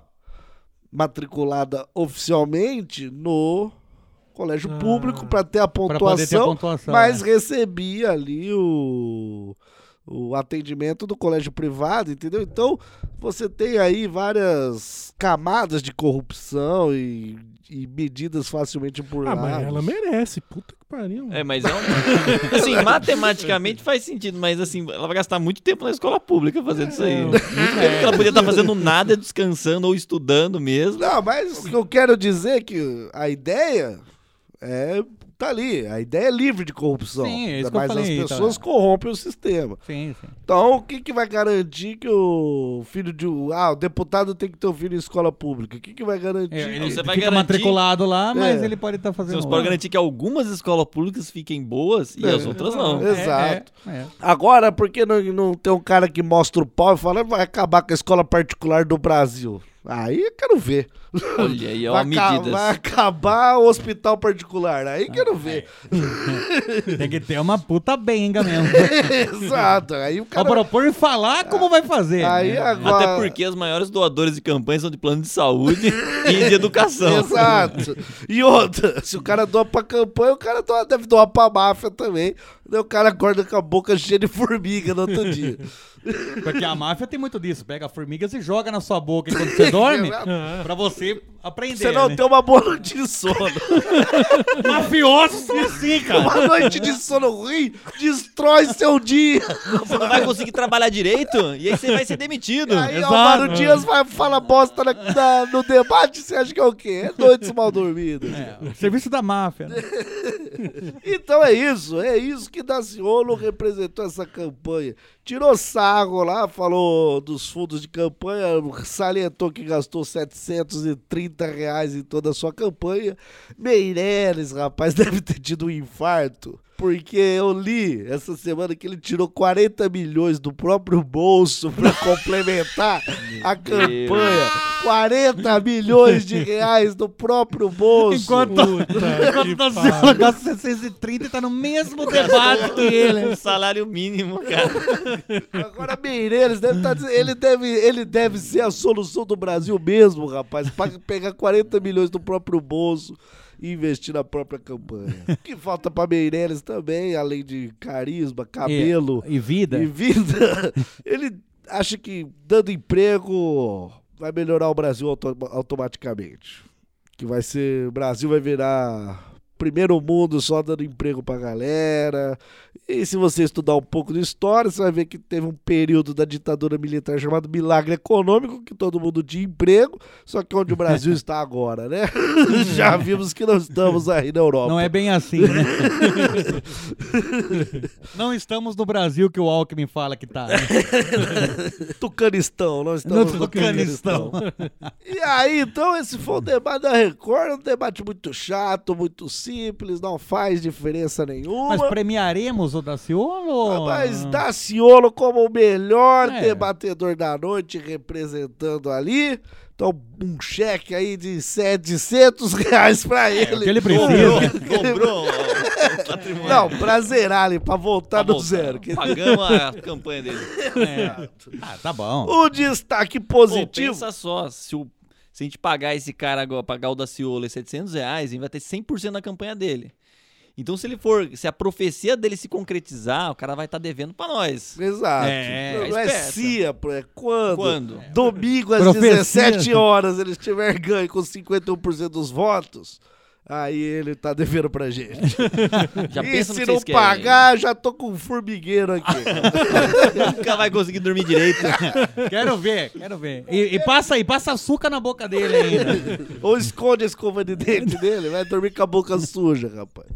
Speaker 10: matriculada oficialmente no colégio público para ter a
Speaker 11: Ah, poder ter a
Speaker 10: pontuação,
Speaker 11: pontuação,
Speaker 10: mas
Speaker 11: é.
Speaker 10: recebia ali o o atendimento do colégio privado, entendeu? Então, você tem aí várias camadas de corrupção e, e medidas facilmente
Speaker 6: Ah,
Speaker 10: burladas.
Speaker 6: mas ela merece. Puta que pariu.
Speaker 12: É, mas é um... Assim,
Speaker 11: <laughs>
Speaker 12: matematicamente faz sentido, mas assim, ela vai gastar muito tempo na escola pública fazendo isso aí.
Speaker 11: É.
Speaker 12: Muito tempo que ela podia estar fazendo nada, descansando ou estudando mesmo.
Speaker 10: Não, mas o que eu quero dizer é que a ideia é tá ali, a ideia é livre de corrupção.
Speaker 11: Sim, é isso
Speaker 10: Ainda
Speaker 11: que eu
Speaker 10: mais
Speaker 11: falei,
Speaker 10: as pessoas
Speaker 11: tá.
Speaker 10: corrompem o sistema.
Speaker 11: Sim, sim.
Speaker 10: Então, o que, que vai garantir que o filho de um. Ah, o deputado tem que ter um filho em escola pública. O que, que vai garantir?
Speaker 12: Então
Speaker 11: É, ele Você vai fica garantir- matriculado lá, mas
Speaker 10: É.
Speaker 11: ele pode tá fazendo
Speaker 12: Você
Speaker 11: lá.
Speaker 12: pode garantir que algumas escolas públicas fiquem boas e
Speaker 10: É.
Speaker 12: as outras não.
Speaker 10: Exato.
Speaker 11: É, é.
Speaker 10: Agora, por que não, não tem um cara que mostra o pau e fala, vai acabar com a escola particular do Brasil? Aí eu quero ver.
Speaker 12: Olha aí, ó,
Speaker 10: vai, aca-
Speaker 12: medidas. Ah,
Speaker 10: vai acabar o hospital particular. Aí quero ver.
Speaker 11: Tem que ter uma puta benga mesmo.
Speaker 12: é.
Speaker 10: <laughs> Exato. Aí o cara.
Speaker 11: Ó, propor e falar como vai fazer.
Speaker 10: Aí
Speaker 11: né?
Speaker 10: agora-
Speaker 12: Até porque as maiores doadores de campanha são de plano de saúde e de educação.
Speaker 10: <laughs> Exato. E outra, se o cara doa pra campanha, o cara doa- deve doar pra máfia também. Daí o cara acorda com a boca cheia de formiga no
Speaker 12: <laughs>
Speaker 10: outro dia.
Speaker 11: Porque a máfia tem muito disso. Pega formigas e joga na sua boca enquanto
Speaker 10: <laughs>
Speaker 11: você dorme pra você aprender.
Speaker 10: Você não
Speaker 11: né?
Speaker 10: tem uma boa noite de
Speaker 12: <laughs>
Speaker 10: sono.
Speaker 11: Mafiosos são assim, cara. <laughs>
Speaker 10: Uma noite de sono ruim destrói seu dia.
Speaker 12: Você não vai conseguir trabalhar direito e aí você vai ser demitido.
Speaker 10: Aí o Álvaro Dias vai, fala bosta na- na- no debate, você acha que é o quê? É noites mal dormidas.
Speaker 12: É,
Speaker 11: Serviço da máfia. né?
Speaker 10: Então é isso, é isso que Daciolo representou essa campanha. Tirou sarro lá, falou dos fundos de campanha, salientou que gastou 730 reais em toda a sua campanha. Meireles, rapaz, <laughs> deve ter tido um infarto. Porque eu li essa semana que ele tirou 40 milhões do próprio bolso pra complementar a campanha. 40 milhões de reais do próprio bolso.
Speaker 11: Enquanto, tá- <laughs> enquanto tá a senhora gasta 630 e tá no mesmo debate que ele.
Speaker 12: um Salário mínimo,
Speaker 10: É,
Speaker 12: cara.
Speaker 10: Agora Meireles deve tá dizendo, ele deve, ele deve ser a solução do Brasil mesmo, rapaz, para pegar 40 milhões do próprio bolso e investir na própria campanha. O que falta para Meireles também, além de carisma, cabelo
Speaker 11: E- e vida.
Speaker 10: E
Speaker 11: <laughs>
Speaker 10: vida. Ele acha que dando emprego vai melhorar o Brasil auto- automaticamente. Que vai ser, o Brasil vai virar primeiro mundo só dando emprego pra galera. E se você estudar um pouco de história, você vai ver que teve um período da ditadura militar chamado milagre econômico, que todo mundo tinha emprego, só que onde
Speaker 11: <laughs>
Speaker 10: o Brasil está agora, né? <laughs> Já vimos que não estamos aí na Europa.
Speaker 11: Não é bem assim, né? <laughs> Não estamos no Brasil que o Alckmin fala que tá. né?
Speaker 10: Tucanistão, não estamos
Speaker 11: No
Speaker 10: no
Speaker 11: Tucanistão.
Speaker 10: Tucanistão. E aí, então, esse foi o debate da Record, um debate muito chato, muito simples, não faz diferença nenhuma.
Speaker 11: Mas premiaremos o Daciolo?
Speaker 10: Mas Daciolo como o melhor
Speaker 11: É.
Speaker 10: debatedor da noite, representando ali. Então, um cheque aí de 700 reais pra ele.
Speaker 11: o que ele precisa.
Speaker 12: Cobrou o patrimônio.
Speaker 10: Não, pra zerar ali, pra
Speaker 11: Tá
Speaker 10: voltar no zero.
Speaker 12: <laughs>
Speaker 10: Que-
Speaker 12: Pagamos a campanha dele.
Speaker 11: É. Ah, tá bom.
Speaker 10: O destaque
Speaker 12: Pô,
Speaker 10: positivo.
Speaker 12: pensa só, se, o- se a gente pagar esse cara agora, pagar o Daciolo 700 reais, ele vai ter 100% da campanha dele. Então, se ele for, se a profecia dele se concretizar, o cara vai estar devendo pra nós.
Speaker 10: Exato.
Speaker 12: É,
Speaker 10: não não é
Speaker 12: esperta.
Speaker 10: cia, pô, é quando?
Speaker 12: Quando?
Speaker 10: Domingo às
Speaker 11: Profecia.
Speaker 10: 17 horas ele estiver ganho com 51% dos votos, aí ele tá devendo pra gente.
Speaker 12: <laughs>
Speaker 11: <laughs>
Speaker 12: Já
Speaker 10: e
Speaker 12: pensa no
Speaker 10: se
Speaker 12: que
Speaker 10: não
Speaker 12: vocês querem.
Speaker 10: pagar, já tô com um formigueiro aqui.
Speaker 12: <laughs> Nunca vai conseguir dormir direito.
Speaker 11: <laughs> Quero ver, quero ver. E, e passa aí, passa açúcar na boca dele ainda.
Speaker 10: Ou esconde a escova de dente dele, vai dormir com a boca suja, rapaz.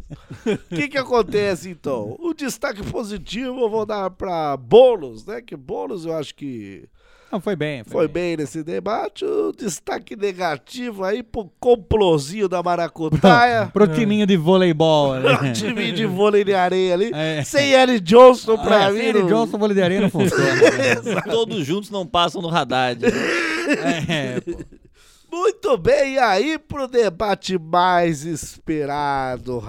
Speaker 10: O que que acontece, então? O destaque positivo eu vou dar pra Boulos, né? Que Boulos eu acho que
Speaker 11: Não, foi bem. Foi,
Speaker 10: Foi bem nesse debate. O destaque negativo aí pro complozinho
Speaker 11: <laughs>
Speaker 10: da Maracutaia. <laughs>
Speaker 11: Pro timinho de voleibol. <laughs> né?
Speaker 10: Time de vôlei de areia ali.
Speaker 11: É.
Speaker 10: Sem Eric Johnson pra
Speaker 11: Ah,
Speaker 10: mim.
Speaker 11: sem Eric
Speaker 10: não-
Speaker 11: Johnson, vôlei de areia não funciona.
Speaker 12: Todos juntos não passam no radar.
Speaker 11: É, pô.
Speaker 10: Muito bem, e aí pro debate mais esperado,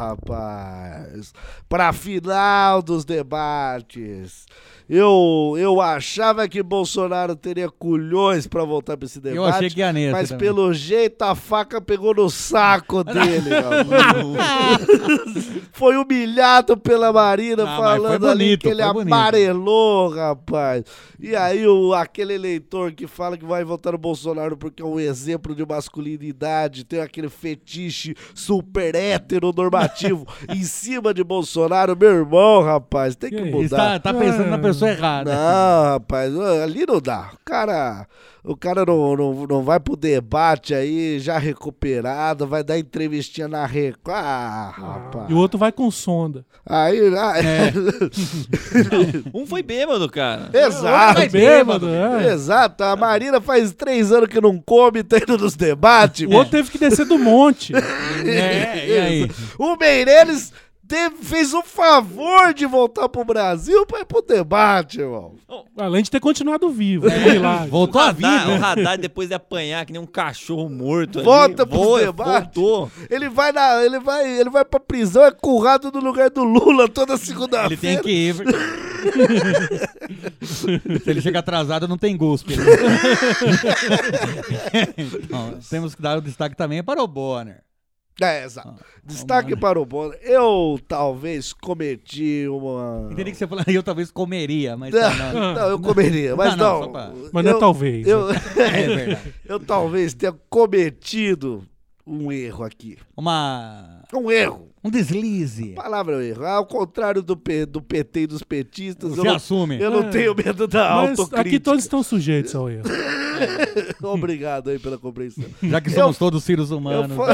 Speaker 10: rapaz. Pra final dos debates. Eu, eu achava que Bolsonaro teria culhões pra voltar pra esse debate.
Speaker 11: achei que ia nesse
Speaker 10: Mas
Speaker 11: também.
Speaker 10: pelo jeito a faca pegou
Speaker 11: <laughs>
Speaker 10: no saco dele, rapaz. foi humilhado pela Marina
Speaker 11: Ah, mas foi
Speaker 10: falando ali
Speaker 11: bonito,
Speaker 10: que ele
Speaker 11: foi bonito.
Speaker 10: amarelou, rapaz. E aí o, aquele eleitor que fala que vai votar no Bolsonaro porque é um exemplo de masculinidade, tem aquele fetiche super
Speaker 6: <laughs>
Speaker 10: heteronormativo em cima de Bolsonaro, meu irmão, rapaz, tem que mudar.
Speaker 11: Está tá pensando na pessoa errada.
Speaker 10: Não, rapaz, ali não dá. O cara, o cara não, não, não vai pro debate aí, já recuperado, vai dar entrevistinha na Record. Ah, rapaz.
Speaker 6: E o outro É. vai com sonda.
Speaker 10: Aí, ah,
Speaker 12: Um foi bêbado, cara.
Speaker 10: <laughs>
Speaker 11: É,
Speaker 10: Exato.
Speaker 12: Foi bêbado,
Speaker 6: Tá é.
Speaker 10: Exato. A Marina faz três anos que não come, tá indo nos debates.
Speaker 6: O outro teve que descer do monte. <laughs>
Speaker 10: É, <laughs> O Meireles teve- fez o favor de voltar pro Brasil pra ir pro debate, irmão.
Speaker 6: Além de ter continuado vivo. É. Lá.
Speaker 11: Voltou
Speaker 12: O
Speaker 11: a
Speaker 12: Haddad-
Speaker 11: vida.
Speaker 12: O Haddad, depois de apanhar que nem um cachorro morto ali,
Speaker 10: Volta pro
Speaker 12: voa,
Speaker 10: debate.
Speaker 12: Voltou.
Speaker 10: Ele vai, na, ele, vai, ele vai pra prisão, é currado no lugar do Lula toda segunda-feira.
Speaker 11: Ele tem que ir. <laughs> Se ele chega atrasado, não tem gosto. né? Então, temos que dar o destaque também para o Bonner.
Speaker 10: É, exato. Destaque para o Bono. Eu talvez cometi uma.
Speaker 11: Entendi que você falou, eu talvez comeria, mas.
Speaker 10: Não,
Speaker 11: tá,
Speaker 10: não, eu comeria, mas não.
Speaker 11: só pra-
Speaker 6: Mas não é talvez.
Speaker 10: Eu, <laughs>
Speaker 11: É verdade.
Speaker 10: eu talvez tenha cometido um erro aqui.
Speaker 11: Uma.
Speaker 10: Um erro.
Speaker 11: Um deslize.
Speaker 10: Palavra é um erro. Ao contrário do, P- do PT e dos petistas, eu
Speaker 11: Você
Speaker 10: não,
Speaker 11: assume.
Speaker 10: eu não
Speaker 6: É.
Speaker 10: tenho medo da
Speaker 6: Mas aqui
Speaker 10: <laughs> autocrítica.
Speaker 6: todos estão sujeitos ao erro.
Speaker 10: Obrigado aí pela compreensão.
Speaker 11: Já que somos todos seres humanos.
Speaker 10: fa-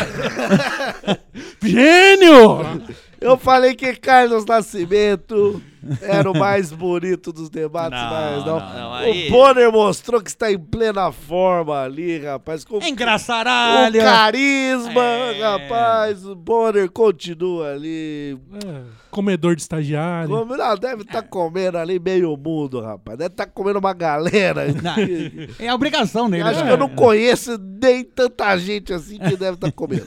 Speaker 10: <laughs>
Speaker 6: Gênio!
Speaker 10: Eu falei que Carlos Nascimento era o mais bonito dos debates,
Speaker 12: Não,
Speaker 10: mas não.
Speaker 12: não, não,
Speaker 10: o
Speaker 12: aí-
Speaker 10: Bonner mostrou que está em plena forma ali, rapaz. Com
Speaker 11: É
Speaker 10: o
Speaker 11: engraçaralho.
Speaker 10: carisma,
Speaker 11: É.
Speaker 10: rapaz. O Bonner continua ali.
Speaker 6: É, comedor de estagiário.
Speaker 10: Como- não, deve estar comendo ali meio mundo, rapaz. Deve estar comendo uma galera.
Speaker 11: <laughs> Não, É a obrigação dele.
Speaker 10: Acho
Speaker 11: né?
Speaker 10: que eu não conheço nem tanta gente assim que deve
Speaker 11: <laughs>
Speaker 10: estar comendo.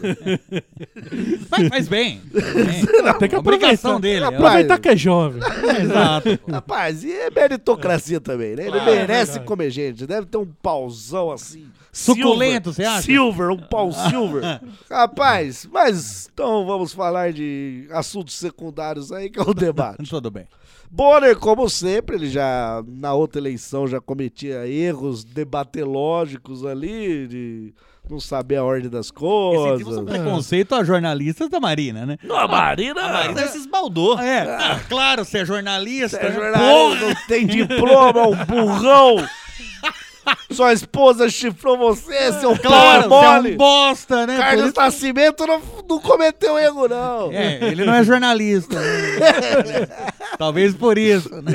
Speaker 11: Mas faz bem.
Speaker 10: <laughs>
Speaker 11: É
Speaker 6: Tem que aproveitar.
Speaker 11: A obrigação dele.
Speaker 10: Rapaz,
Speaker 6: Aproveitar que é jovem.
Speaker 11: Exato.
Speaker 10: Rapaz, e é meritocracia também, né? Ele
Speaker 12: Claro,
Speaker 10: merece
Speaker 6: verdade.
Speaker 10: comer gente. Deve ter um pauzão assim.
Speaker 11: Suculento,
Speaker 10: silver.
Speaker 11: você acha? Ah.
Speaker 10: Silver, um
Speaker 11: <laughs>
Speaker 10: pau silver. Rapaz, mas então vamos falar de assuntos secundários aí, que é o debate.
Speaker 11: Tudo bem.
Speaker 10: Bonner, como sempre, ele já, na outra eleição, já cometia erros debatelógicos ali, de não saber a ordem das coisas.
Speaker 11: Sentimos um preconceito a jornalistas da Marina, né?
Speaker 10: Não, a Marina...
Speaker 12: A Marina se esbaldou.
Speaker 11: É, ah, claro, você é jornalista.
Speaker 10: É
Speaker 11: né?
Speaker 10: jornalista, não tem diploma, um <laughs> burrão. Sua esposa chifrou você, seu
Speaker 11: Claro,
Speaker 10: claro, pau
Speaker 11: você
Speaker 10: é
Speaker 11: é
Speaker 10: mole.
Speaker 11: um bosta, né? Por
Speaker 10: Carlos
Speaker 11: isso-
Speaker 10: Nascimento não, não cometeu erro, não. É.
Speaker 11: É, ele não é jornalista.
Speaker 10: <laughs>
Speaker 11: né? Talvez por isso, né?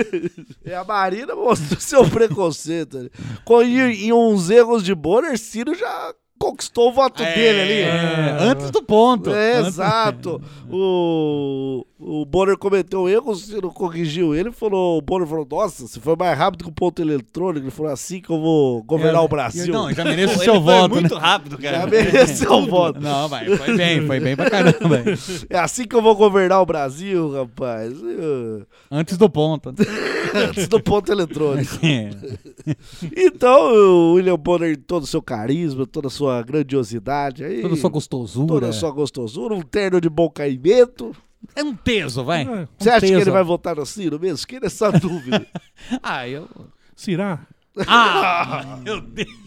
Speaker 10: E É, a Marina mostrou <laughs> seu preconceito. ali. Com, e, e uns erros de Bonner, Ciro já conquistou o voto dele ali.
Speaker 11: É, antes do ponto.
Speaker 10: É,
Speaker 11: Antes- <laughs>
Speaker 10: exato. O, o Bonner cometeu erros, não corrigiu ele. Falou, o Bonner falou: Nossa, você foi mais rápido que o ponto eletrônico. Ele falou: Assim que eu vou governar
Speaker 11: É,
Speaker 10: o Brasil. <laughs>
Speaker 11: Não, já merece
Speaker 12: Pô,
Speaker 11: o
Speaker 12: ele foi
Speaker 11: seu voto,
Speaker 12: muito
Speaker 11: né?
Speaker 12: rápido,
Speaker 10: Já
Speaker 12: cara.
Speaker 10: mereceu é o voto.
Speaker 11: Não, vai, foi bem, foi bem pra caramba. hein?
Speaker 10: É assim que eu vou governar o Brasil, rapaz. <laughs> Eu-
Speaker 11: Antes do ponto.
Speaker 10: Antes do ponto eletrônico.
Speaker 11: É.
Speaker 10: Então, o William Bonner, todo o seu carisma, toda a sua grandiosidade.
Speaker 11: <laughs>
Speaker 10: Aí,
Speaker 11: Toda sua é. gostosura.
Speaker 10: toda a sua gostosura, um terno de bom caimento.
Speaker 11: É um peso, vai. Um
Speaker 10: Você acha que
Speaker 11: peso.
Speaker 10: ele vai votar no Ciro mesmo? Fiquei nessa <laughs> dúvida.
Speaker 11: Ah, eu...
Speaker 6: Será?
Speaker 11: Ah, <laughs> meu Deus.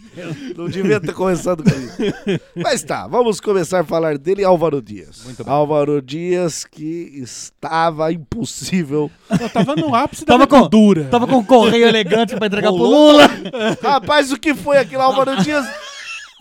Speaker 10: Não devia ter começado com isso. Mas tá, vamos começar a falar dele, Álvaro Dias. Álvaro Dias, que estava impossível
Speaker 6: Eu tava no ápice da
Speaker 11: Tava com,
Speaker 6: dura.
Speaker 11: tava com um correio elegante pra entregar pro <laughs> Lula.
Speaker 10: Rapaz, o que foi aquilo, Álvaro Dias?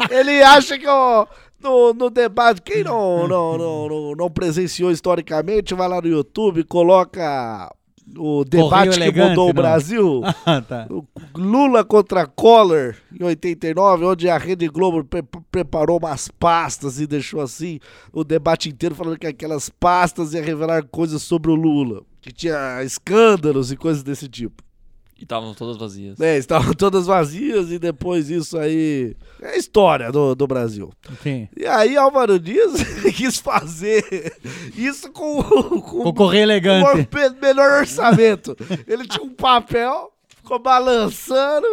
Speaker 10: Ele acha que ó, no, no debate, quem não, não, não, não, não presenciou historicamente, vai lá no YouTube, coloca o debate que
Speaker 11: elegante,
Speaker 10: mudou o
Speaker 11: não.
Speaker 10: Brasil.
Speaker 11: Ah, tá.
Speaker 10: o Lula contra Collor, em 89, onde a Rede Globo pre- preparou umas pastas e deixou assim o debate inteiro falando que aquelas pastas iam revelar coisas sobre o Lula, que tinha escândalos e coisas desse tipo.
Speaker 12: E estavam todas vazias.
Speaker 10: né, estavam <laughs> todas vazias e depois isso aí é a história do, do Brasil.
Speaker 11: Sim.
Speaker 10: E aí Álvaro Dias <laughs> quis fazer isso com, com,
Speaker 11: Com o Correio Elegante.
Speaker 10: com o orpe- melhor orçamento. Ele tinha um papel, ficou balançando,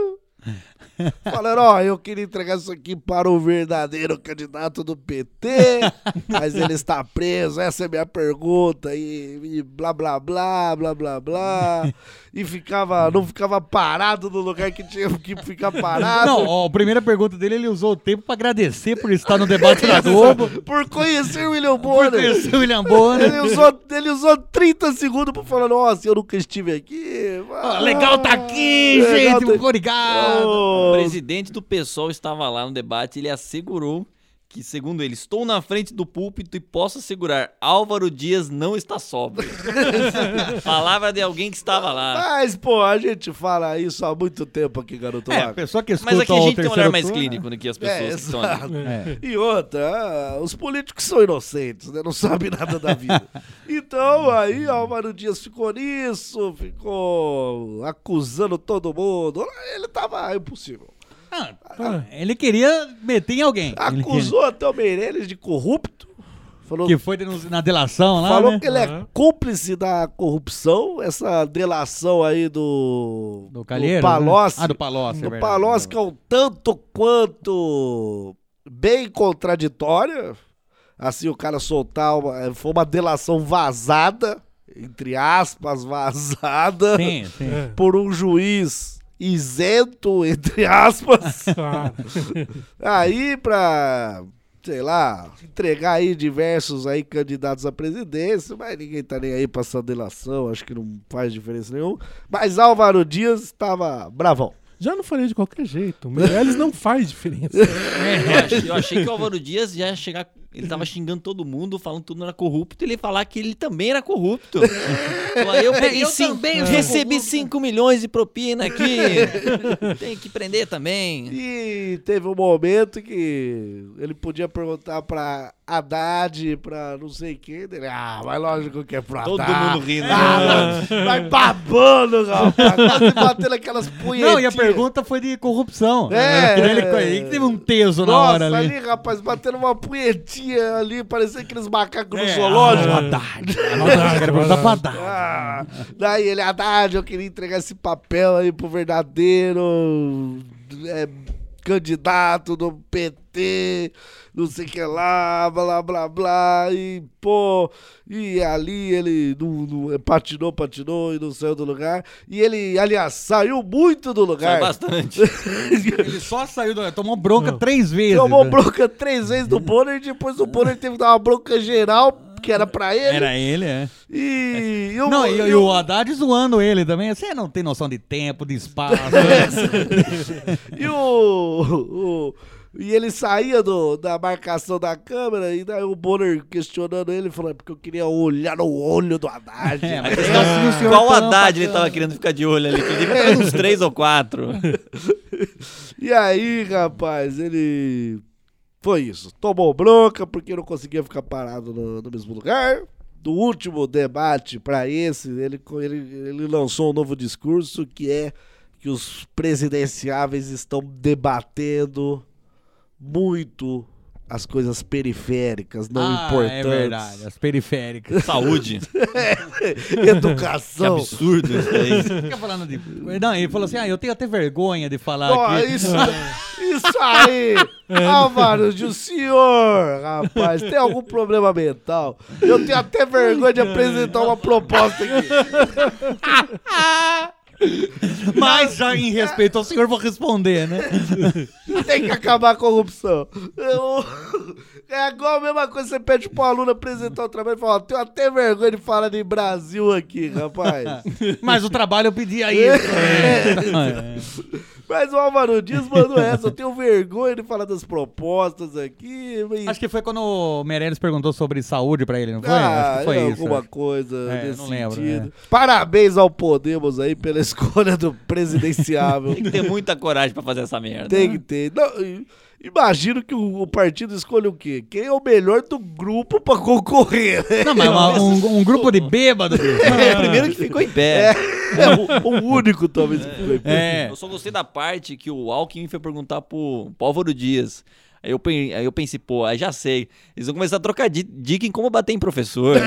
Speaker 10: falando, ó, eu queria entregar isso aqui para o verdadeiro candidato do PT, mas ele está preso, essa é minha pergunta, e, e blá, blá, blá, blá, blá, blá. E ficava, não ficava parado no lugar que tinha que ficar parado.
Speaker 11: Não, ó, a primeira pergunta dele, ele usou o tempo pra agradecer por estar no debate da Globo.
Speaker 10: Por conhecer o William Bonner.
Speaker 11: Por
Speaker 10: <laughs>
Speaker 11: conhecer o William Bonner.
Speaker 10: Ele usou, ele usou 30 segundos pra falar, nossa, eu nunca estive aqui.
Speaker 11: Ó, legal tá aqui,
Speaker 10: Legal
Speaker 11: gente. Muito obrigado.
Speaker 12: O presidente do PSOL estava lá no debate e ele assegurou que, segundo ele, estou na frente do púlpito e posso assegurar, Álvaro Dias não está
Speaker 10: <laughs>
Speaker 12: sóbrio. Palavra de alguém que estava lá.
Speaker 10: Mas, pô, a gente fala isso há muito tempo aqui, garoto.
Speaker 11: É,
Speaker 10: Lago.
Speaker 11: pessoa que escuta
Speaker 12: Mas aqui a
Speaker 11: o
Speaker 12: gente tem um
Speaker 11: terceiro
Speaker 12: olhar mais
Speaker 11: turno,
Speaker 12: clínico do que as pessoas
Speaker 10: É,
Speaker 12: que estão ali.
Speaker 10: exato.
Speaker 11: É.
Speaker 10: E outra, ah, os políticos são inocentes, né? Não sabem nada
Speaker 11: <laughs>
Speaker 10: da vida. Então, aí, Álvaro Dias ficou nisso, ficou acusando todo mundo. Ele tava impossível.
Speaker 11: Ah, tá. ele queria meter em alguém.
Speaker 10: Acusou até o Meirelles de corrupto. Falou
Speaker 11: Que foi denunci- na delação lá,
Speaker 10: Falou
Speaker 11: né?
Speaker 10: que ele é cúmplice da corrupção, essa delação aí do.
Speaker 11: Do Calheiro,
Speaker 10: Palocci.
Speaker 11: né? Ah, do Palocci, é
Speaker 10: Do
Speaker 11: verdade.
Speaker 10: Palocci, que é um tanto quanto bem contraditória. Assim, o cara soltar uma. eh, Foi uma delação vazada, entre aspas, <laughs> vazada.
Speaker 11: Sim, sim.
Speaker 6: É,
Speaker 10: Por um juiz isento,
Speaker 11: <laughs>
Speaker 10: entre aspas. Aí pra, sei lá, entregar aí diversos aí candidatos à presidência, mas ninguém tá nem aí pra essa delação, acho que não faz diferença nenhuma. Mas Álvaro Dias estava bravão.
Speaker 6: Já não faria de qualquer jeito. O Meirelles não faz diferença.
Speaker 12: Eu achei, eu achei que o Álvaro Dias já ia chegar. Ele tava xingando todo mundo, falando que todo mundo era corrupto, e ele ia falar que ele também era
Speaker 10: <laughs>
Speaker 12: corrupto. Falou,
Speaker 10: É,
Speaker 12: eu peguei
Speaker 11: Eu
Speaker 12: cinco-
Speaker 11: também sou
Speaker 12: recebi 5 milhões de propina
Speaker 10: <laughs>
Speaker 12: aqui. Tem que prender também.
Speaker 10: E teve um momento que ele podia perguntar pra Haddad, pra não sei quem, dele, ah, mas lógico que é pra
Speaker 12: Todo
Speaker 10: Haddad.
Speaker 12: mundo rindo.
Speaker 10: Ah, mas- vai babando, rapaz, quase batendo aquelas punhetinhas.
Speaker 11: Não, e a pergunta foi de corrupção.
Speaker 10: É.
Speaker 11: Que daí ele, ele teve um teso na
Speaker 10: Nossa,
Speaker 11: hora ali.
Speaker 10: ali, rapaz, batendo uma punhetinha ali, parecia aqueles macacos no
Speaker 11: É,
Speaker 10: zoológico.
Speaker 11: ah, Haddad. Haddad, Quero perguntar pra Haddad.
Speaker 10: Ah, daí ele, Haddad, eu queria entregar esse papel aí pro verdadeiro é, candidato do PT, não sei o que lá, blá, blá, blá, e pô, e ali ele não, não- é, patinou, patinou e não saiu do lugar. E ele, aliás, saiu muito do
Speaker 12: Sai
Speaker 10: lugar.
Speaker 12: É,
Speaker 10: <laughs>
Speaker 12: bastante.
Speaker 11: Ele só saiu, do, tomou bronca três vezes.
Speaker 10: Tomou
Speaker 11: né?
Speaker 10: bronca três vezes do Bonner, depois o Bonner teve que dar uma bronca geral, que era pra ele.
Speaker 11: Era ele, é.
Speaker 10: E, e o-
Speaker 11: Não, e,
Speaker 10: e
Speaker 11: e
Speaker 10: o-
Speaker 11: o Haddad zoando ele também. Você não tem noção de tempo, de
Speaker 10: <laughs>
Speaker 11: espaço. né?
Speaker 10: E o, o- E ele saía do, da marcação da câmera e daí o Bonner questionando ele, falando, "É porque eu queria olhar no olho do
Speaker 11: <laughs>
Speaker 10: Haddad.
Speaker 11: É,
Speaker 10: mas...
Speaker 11: mas questão se o senhor
Speaker 12: Qual
Speaker 11: tá
Speaker 12: Haddad ele
Speaker 11: bacana.
Speaker 12: tava querendo ficar de olho ali? Que ele tava uns três ou quatro.
Speaker 10: E aí, rapaz, ele. Foi isso. Tomou bronca porque não conseguia ficar parado no, no mesmo lugar. Do último debate pra esse, ele, co- ele, ele lançou um novo discurso que é que os presidenciáveis estão debatendo muito as coisas periféricas, não
Speaker 11: Ah, É
Speaker 10: importantes.
Speaker 11: verdade, as periféricas.
Speaker 12: Saúde.
Speaker 10: <laughs> Educação.
Speaker 12: Absurdo isso daí.
Speaker 11: <laughs> Fica falando de. Não, ele falou assim: ah, eu tenho até vergonha de falar
Speaker 10: Ó,
Speaker 11: <laughs> aqui.
Speaker 10: isso, isso aí! Álvaro de o senhor, rapaz, tem algum problema mental? Eu tenho até vergonha de apresentar uma proposta aqui.
Speaker 11: Mas
Speaker 10: tá-
Speaker 11: já em respeito ao senhor, vou responder,
Speaker 10: <laughs>
Speaker 11: né?
Speaker 10: Tem que acabar a corrupção. Eu- É igual a mesma coisa, você pede pro aluno apresentar o trabalho e fala, ó, tenho até vergonha de falar de Brasil aqui, rapaz.
Speaker 11: Mas o trabalho eu pedi né? aí. É.
Speaker 10: Mas o Álvaro Dias mandou essa, eu tenho vergonha de falar das propostas aqui. e-
Speaker 11: Acho que foi quando o Meirelles perguntou sobre saúde pra ele, não foi? Acho
Speaker 10: Ah,
Speaker 11: que foi
Speaker 10: é
Speaker 11: isso.
Speaker 10: alguma coisa
Speaker 11: É,
Speaker 10: nesse
Speaker 11: não lembro,
Speaker 10: sentido.
Speaker 11: é.
Speaker 10: Parabéns ao Podemos aí pela <laughs> escolha do presidenciável.
Speaker 12: Tem que ter muita coragem pra fazer essa merda. né?
Speaker 10: Tem que ter. Não, i- imagino que o, o partido escolha o quê? Quem é o melhor do grupo pra concorrer, né? <laughs>
Speaker 11: Não, mas uma- um, um grupo de bêbado. bicho.
Speaker 12: É o primeiro que ficou em pé.
Speaker 10: É <laughs> o, o único, talvez, que foi.
Speaker 12: É.
Speaker 11: <laughs>
Speaker 12: Eu só gostei da parte que o Alckmin foi perguntar pro, pro Álvaro Dias. Aí eu, pen- aí eu pensei, pô, aí já sei. Eles vão começar a trocar di- dica em como bater em
Speaker 10: <laughs>
Speaker 12: professor.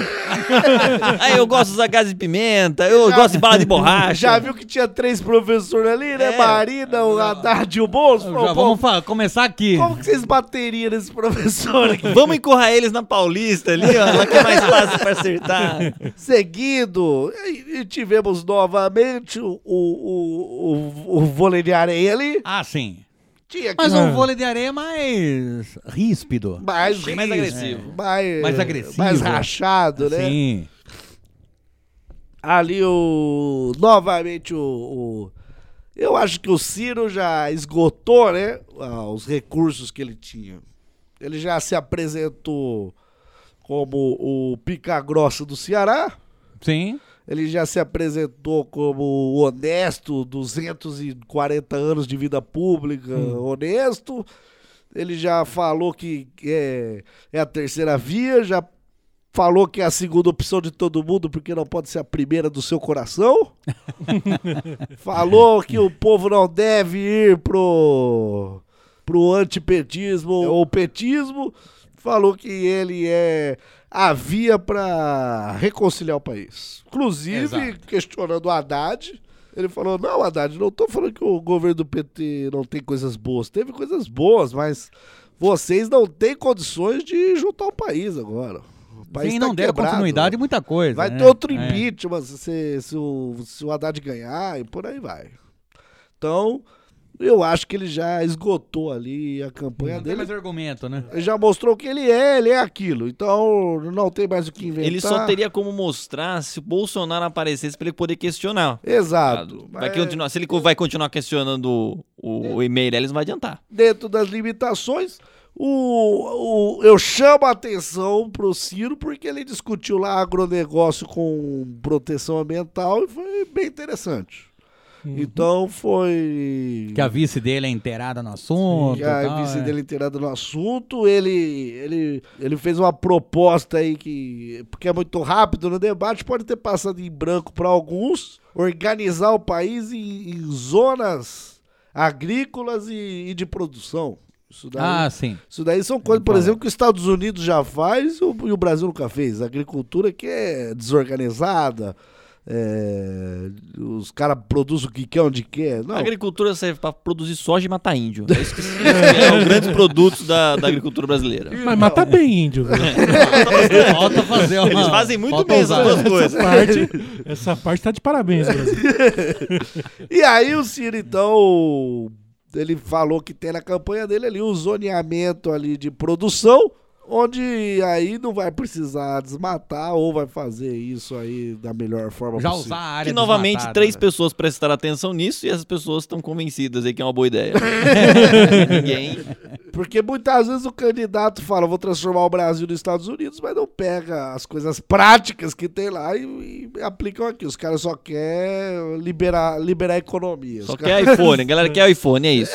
Speaker 12: aí eu gosto de usar gás de pimenta, eu gosto de
Speaker 10: <laughs>
Speaker 12: bala de borracha.
Speaker 10: Já viu que tinha três professores ali, né?
Speaker 12: É.
Speaker 10: Marina, o Haddad e o
Speaker 11: É,
Speaker 10: Bons?
Speaker 12: Já vamos fa-
Speaker 11: começar aqui.
Speaker 10: um Como que vocês bateriam nesse professor aqui?
Speaker 12: Vamos encurrar eles na Paulista ali, ó. Lá que é mais fácil pra acertar.
Speaker 10: Seguido, e- e tivemos novamente o, o, o, o vôlei de areia
Speaker 11: <laughs>
Speaker 10: ali.
Speaker 11: Ah, sim.
Speaker 10: Tinha que
Speaker 11: Mas
Speaker 10: Ah.
Speaker 11: um vôlei de areia é mais ríspido.
Speaker 10: mais,
Speaker 11: Bem
Speaker 10: rígido, Mais,
Speaker 11: Mais agressivo.
Speaker 10: Mais rachado, né?
Speaker 11: Sim.
Speaker 10: Ali o. Novamente o, o- Eu acho que o Ciro já esgotou, né? ah, Os recursos que ele tinha. Ele já se apresentou como o pica grossa do Ceará.
Speaker 11: Sim.
Speaker 10: Ele já se apresentou como o honesto, 240 anos de vida pública,
Speaker 11: Hum.
Speaker 10: honesto. Ele já falou que é, é a terceira via, já falou que é a segunda opção de todo mundo, porque não pode ser a primeira do seu coração. falou que o povo não deve ir pro, pro antipetismo ou petismo. Falou que ele é a via para reconciliar o país. Inclusive,
Speaker 11: Exato.
Speaker 10: questionando o Haddad. Ele falou: não, Haddad, não tô falando que o governo do PT não tem coisas boas. Teve coisas boas, mas vocês não têm condições de juntar o país agora. O país
Speaker 11: Sim,
Speaker 10: tá
Speaker 11: não deram
Speaker 10: quebrado.
Speaker 11: continuidade em muita coisa.
Speaker 10: Vai
Speaker 11: né?
Speaker 10: ter outro
Speaker 11: É.
Speaker 10: impeachment se, se- se o, se o Haddad ganhar e por aí vai. Então, eu acho que ele já esgotou ali a campanha
Speaker 11: Não Uhum. tem
Speaker 10: dele.
Speaker 11: mais argumento, né?
Speaker 10: Ele Já mostrou que ele é, ele é aquilo. Então, não tem mais o que inventar.
Speaker 12: Ele só teria como mostrar se o Bolsonaro aparecesse pra ele poder questionar. Tá,
Speaker 10: Exato.
Speaker 12: Vai continuar, se ele co- vai continuar questionando o, o e-mail, eles não vai adiantar.
Speaker 10: dentro das limitações. O, o- eu chamo a atenção pro Ciro porque ele discutiu lá agronegócio com proteção ambiental e foi bem interessante. Então foi.
Speaker 11: Uhum. Que a vice dele é inteirada no assunto.
Speaker 10: que a
Speaker 11: e tal,
Speaker 10: vice
Speaker 11: é.
Speaker 10: dele inteirada no assunto. Ele, ele, ele fez uma proposta aí que. Porque é muito rápido no debate, pode ter passado em branco para alguns. Organizar o país em, em zonas agrícolas e, e de produção. Isso daí,
Speaker 11: Ah, sim. <laughs>
Speaker 10: isso daí são coisas, por exemplo, que os Estados Unidos já faz e o, e o Brasil nunca fez. A agricultura que é desorganizada, é, os caras produzem o que quer, onde quer. Não,
Speaker 12: A agricultura serve pra produzir soja e matar índio. É
Speaker 10: <laughs>
Speaker 12: isso que é um grande produto da, da agricultura brasileira.
Speaker 6: Mas mata bem índio.
Speaker 11: <laughs>
Speaker 6: velho.
Speaker 11: Falta fazer uma...
Speaker 12: Eles fazem muito
Speaker 11: falta
Speaker 12: bem essas
Speaker 11: usar.
Speaker 12: duas
Speaker 6: Essa
Speaker 12: coisas.
Speaker 6: parte, essa parte tá de parabéns, Brasil.
Speaker 10: E aí o Ciro, então, ele falou que tem na campanha dele ali o zoneamento ali de produção, onde aí não vai precisar desmatar ou vai fazer isso aí da melhor forma
Speaker 11: Já
Speaker 10: possível.
Speaker 11: usar a área
Speaker 12: Que novamente
Speaker 11: desmatada,
Speaker 12: três
Speaker 11: né?
Speaker 12: pessoas prestaram atenção nisso e essas pessoas estão convencidas aí que é uma boa ideia. Ninguém.
Speaker 10: Porque muitas vezes o candidato fala, vou transformar o Brasil nos Estados Unidos, mas não pega as coisas práticas que tem lá e, e aplicam aqui. Os caras só querem liberar, liberar a economia.
Speaker 12: Só
Speaker 10: Os
Speaker 12: quer
Speaker 10: caras-
Speaker 12: iPhone, a galera quer iPhone, é
Speaker 11: <laughs>
Speaker 12: isso.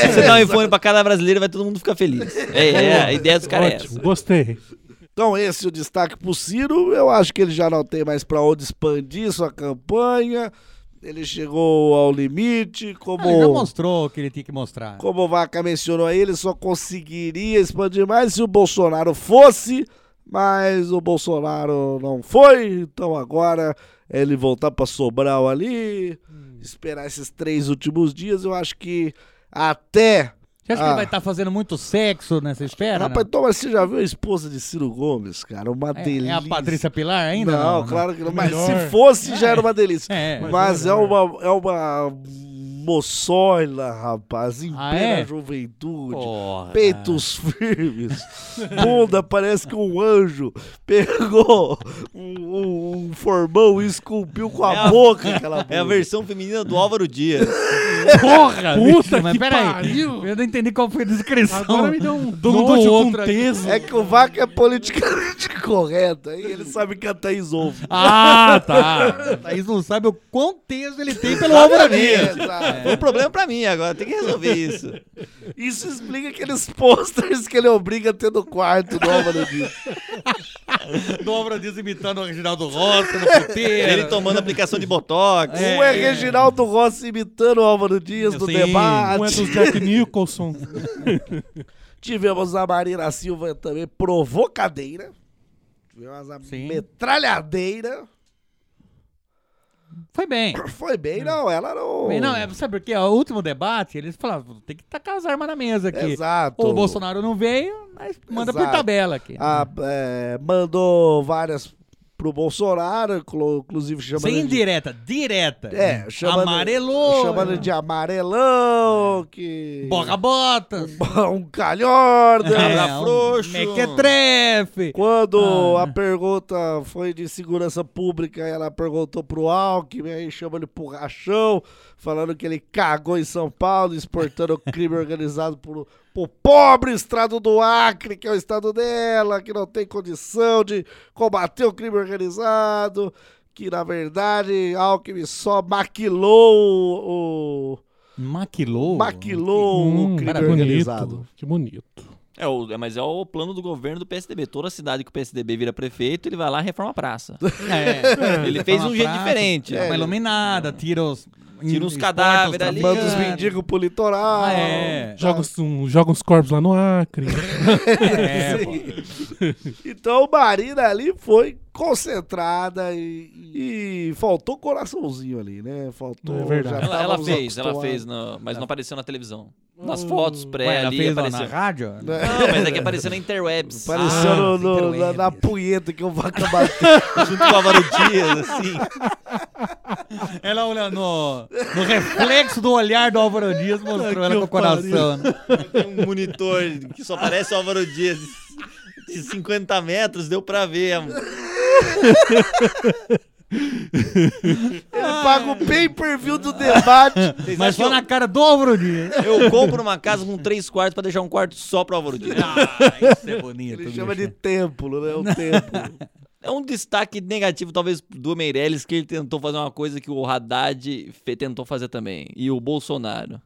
Speaker 12: Se você dá um iPhone pra cada brasileiro, vai todo mundo ficar feliz. É, é, a ideia dos caras é essa.
Speaker 6: Ótimo,
Speaker 11: <laughs>
Speaker 6: gostei.
Speaker 10: Então esse é o destaque pro Ciro. Eu acho que ele já não tem mais pra onde expandir sua campanha. Ele chegou ao limite,
Speaker 11: Ah, Ele já
Speaker 10: como
Speaker 11: mostrou o que ele tinha que mostrar.
Speaker 10: como o Vaca mencionou aí, ele só conseguiria expandir mais se o Bolsonaro fosse, mas o Bolsonaro não foi, então agora ele voltar pra Sobral ali,
Speaker 11: Hum.
Speaker 10: esperar esses três últimos dias, eu acho que até
Speaker 11: Você acha que
Speaker 10: Ah.
Speaker 11: ele vai estar fazendo muito sexo nessa espera?
Speaker 10: Rapaz,
Speaker 11: não?
Speaker 10: Thomas, você já viu a esposa de Ciro Gomes, cara? Uma
Speaker 11: né? É-
Speaker 10: delícia.
Speaker 11: é a Patrícia Pilar ainda?
Speaker 10: Não,
Speaker 11: Não, né?
Speaker 10: claro que não. Mas
Speaker 6: Melhor.
Speaker 10: se fosse, já era uma delícia.
Speaker 11: É.
Speaker 10: Mas é uma, é uma moçoila, rapaz, em
Speaker 11: Ah,
Speaker 10: plena
Speaker 11: é?
Speaker 10: juventude.
Speaker 12: Porra.
Speaker 10: Peitos firmes, bunda parece que um anjo pegou um, um- um formão e esculpiu com a,
Speaker 12: É a-
Speaker 10: boca aquela
Speaker 12: É a
Speaker 10: bunda.
Speaker 12: versão feminina do Álvaro Dias.
Speaker 11: Porra!
Speaker 6: Puta
Speaker 11: bicho, mas
Speaker 6: que
Speaker 11: peraí.
Speaker 6: pariu.
Speaker 11: Eu não entendi qual foi a descrição.
Speaker 6: Agora me deu um
Speaker 11: do
Speaker 6: nojo com
Speaker 11: outro aqui.
Speaker 6: teso.
Speaker 10: É que o Vaca é politicamente <laughs> correto, aí ele sabe cantar isovo.
Speaker 11: Ah, tá. <laughs> Thaís não sabe o quão teso ele tem pelo Álvaro
Speaker 6: é?
Speaker 11: Dias.
Speaker 10: Exato.
Speaker 12: Foi um problema pra mim agora, tem que resolver isso. <laughs>
Speaker 10: Isso explica aqueles posters que ele obriga a ter no quarto do Álvaro Dias.
Speaker 11: Dobra disso imitando o Reginaldo Rossi no puteiro.
Speaker 12: Ele tomando aplicação de Botox.
Speaker 10: Um é Reginaldo Rossi imitando o Álvaro Dias do
Speaker 12: Sim.
Speaker 10: debate.
Speaker 6: Um é do Jack Nicholson.
Speaker 10: Tivemos a Marina Silva também provocadeira. Tivemos a metralhadeira. <coughs>
Speaker 11: Foi bem.
Speaker 10: Foi bem, não. Ela não.
Speaker 11: Bem, não, é, sabe por quê? O último debate, eles falavam, tem que tacar as armas na mesa aqui.
Speaker 10: Exato.
Speaker 11: O Bolsonaro não veio, mas manda por
Speaker 10: Exato.
Speaker 11: tabela aqui.
Speaker 10: A- é, mandou várias pro Bolsonaro, inclu- inclusive chamando.
Speaker 11: Sem
Speaker 10: de-
Speaker 11: indireta, direta.
Speaker 10: É, chamando,
Speaker 11: Amarelou. É.
Speaker 10: Chamando de amarelão, que.
Speaker 11: Borra bota.
Speaker 10: <laughs> Um calhorda.
Speaker 11: É, um Mequetrefe.
Speaker 10: Quando
Speaker 6: Ah, é.
Speaker 10: a pergunta foi de segurança pública, ela perguntou pro Alckmin, aí chama ele pro rachão, falando que ele cagou em São
Speaker 6: <laughs>
Speaker 10: Paulo, exportando crime organizado pro, pro pobre estado do Acre, que é o estado dela, que não tem condição de combater o crime organizado, que na verdade Alckmin só maquilou o...
Speaker 11: Maquilou?
Speaker 10: Maquilou
Speaker 11: Hum,
Speaker 10: o crime
Speaker 6: cara,
Speaker 10: organizado.
Speaker 6: Hum, bonito. Que bonito.
Speaker 12: É, o- é, mas é o plano do governo do PSDB. Toda cidade que o PSDB vira prefeito, ele vai lá e reforma a praça. <laughs>
Speaker 11: É.
Speaker 12: Ele fez um
Speaker 11: Toma
Speaker 12: jeito
Speaker 11: prato,
Speaker 12: diferente. É.
Speaker 11: Dá uma iluminada, tira os...
Speaker 12: Tira uns
Speaker 11: exporta os
Speaker 12: cadáveres ali.
Speaker 10: Manda os
Speaker 11: traficantes.
Speaker 10: mendigos pro litoral.
Speaker 11: Ah, é.
Speaker 6: Joga, os- um- joga uns corpos lá no Acre.
Speaker 12: <laughs>
Speaker 11: É, pô.
Speaker 10: <laughs> Então Marina ali foi concentrada e, e faltou coraçãozinho ali, né? Faltou.
Speaker 6: É verdade.
Speaker 10: já
Speaker 12: Ela, ela
Speaker 10: estávamos
Speaker 12: fez, ela
Speaker 10: acostumados.
Speaker 12: fez, na- mas não apareceu na televisão.
Speaker 10: Hum.
Speaker 12: Nas fotos pré
Speaker 11: Ué, ela
Speaker 12: ali
Speaker 11: fez na- na
Speaker 12: apareceu.
Speaker 11: rádio?
Speaker 12: Não, mas é que apareceu na interwebs.
Speaker 10: Apareceu
Speaker 11: Ah,
Speaker 10: no-
Speaker 11: sem
Speaker 10: no- na,
Speaker 11: interwebs.
Speaker 10: na punheta que o
Speaker 11: <laughs>
Speaker 10: vaca bateu.
Speaker 12: junto com o Álvaro Dias, assim.
Speaker 11: Ela olha no, no reflexo do olhar do Álvaro Dias, mostrou ela com o coração. né?
Speaker 12: Tem um monitor que só aparece o Álvaro Dias de 50 metros, deu pra ver.
Speaker 10: Ele paga o pay-per-view do debate.
Speaker 11: Mas só na cara do
Speaker 12: <laughs>
Speaker 11: Álvaro Dias.
Speaker 12: Eu compro uma casa com três quartos pra deixar um quarto só pro Álvaro Dias.
Speaker 11: Ah, isso é bonito.
Speaker 10: Ele
Speaker 11: bicho.
Speaker 10: chama de templo,
Speaker 11: <laughs>
Speaker 10: né? O templo.
Speaker 12: É um destaque negativo, talvez, do Meirelles, que ele tentou fazer uma coisa que o Haddad fe- tentou fazer também. E o Bolsonaro.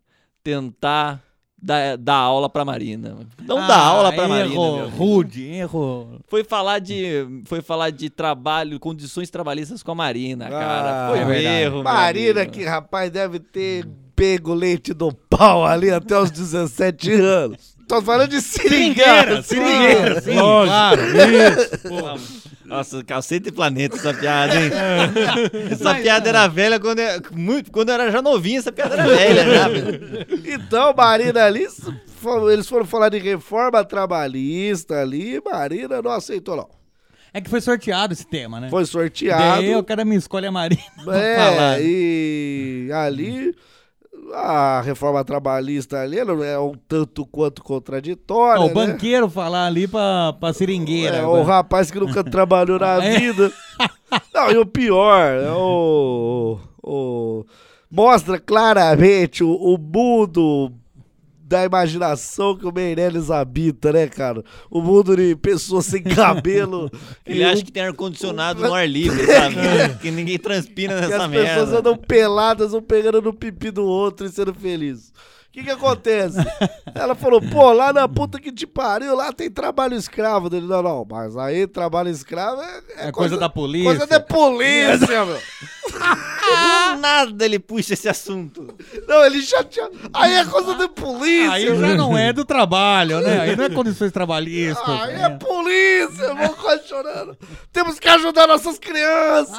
Speaker 12: Tentar dar, dar aula pra Marina. Não
Speaker 11: Ah,
Speaker 12: dar Então aula pra
Speaker 11: erro,
Speaker 12: Marina. meu amigo.
Speaker 11: Rude, erro.
Speaker 12: Foi falar de, foi falar de trabalho, condições trabalhistas com a Marina, cara.
Speaker 10: Ah,
Speaker 12: Foi
Speaker 11: é
Speaker 12: um
Speaker 11: verdade.
Speaker 12: erro, meu
Speaker 10: Marina,
Speaker 12: amigo.
Speaker 10: que rapaz, deve ter pego leite do pau ali até os 17 anos. Tô falando de
Speaker 12: É,
Speaker 10: seringueira.
Speaker 11: Seringueira, sim,
Speaker 6: Lógico.
Speaker 11: claro.
Speaker 12: Nossa, cacete e planeta essa piada, hein? essa piada era velha quando eu, muito, quando eu era já novinho, essa piada era velha, já, velho.
Speaker 10: Então, Marina ali, s- fal- eles foram falar de reforma trabalhista ali, Marina não aceitou, não.
Speaker 11: É que foi sorteado esse tema, né?
Speaker 10: Foi sorteado.
Speaker 11: Daí o cara me escolhe a Marina <laughs> pra falar.
Speaker 10: É, e ali a reforma trabalhista ali ela é um tanto quanto contraditória.
Speaker 11: Ó, o
Speaker 10: né?
Speaker 11: banqueiro falar ali pra, pra seringueira. né?
Speaker 10: É, o rapaz que nunca trabalhou
Speaker 12: <laughs>
Speaker 10: na
Speaker 11: É.
Speaker 10: vida. Não, e o pior, é o, o- mostra claramente o, o mundo da imaginação que o Meirelles habita, né, cara? O mundo de pessoas
Speaker 12: <laughs>
Speaker 10: sem cabelo.
Speaker 12: Ele
Speaker 10: e um
Speaker 12: acha
Speaker 10: o-
Speaker 12: que tem ar-condicionado no ar livre,
Speaker 10: <laughs>
Speaker 12: sabe? que ninguém transpira
Speaker 10: que
Speaker 12: nessa
Speaker 10: as pessoas
Speaker 12: merda.
Speaker 10: andam peladas, um pegando no pipi do outro e sendo felizes. O que
Speaker 12: <laughs>
Speaker 10: que acontece? Ela falou, pô, lá na puta que te pariu, lá tem trabalho escravo. Dele, não, não, mas aí trabalho escravo é,
Speaker 11: É coisa da polícia.
Speaker 10: Coisa da polícia, meu.
Speaker 12: <laughs> Do nada ele puxa esse assunto.
Speaker 10: Não, ele já tinha... Aí é coisa da polícia.
Speaker 11: Aí já não é do trabalho, né? Aí não é condições trabalhistas.
Speaker 10: Aí é
Speaker 11: né?
Speaker 10: polícia, vou quase chorando. Temos que ajudar nossas crianças.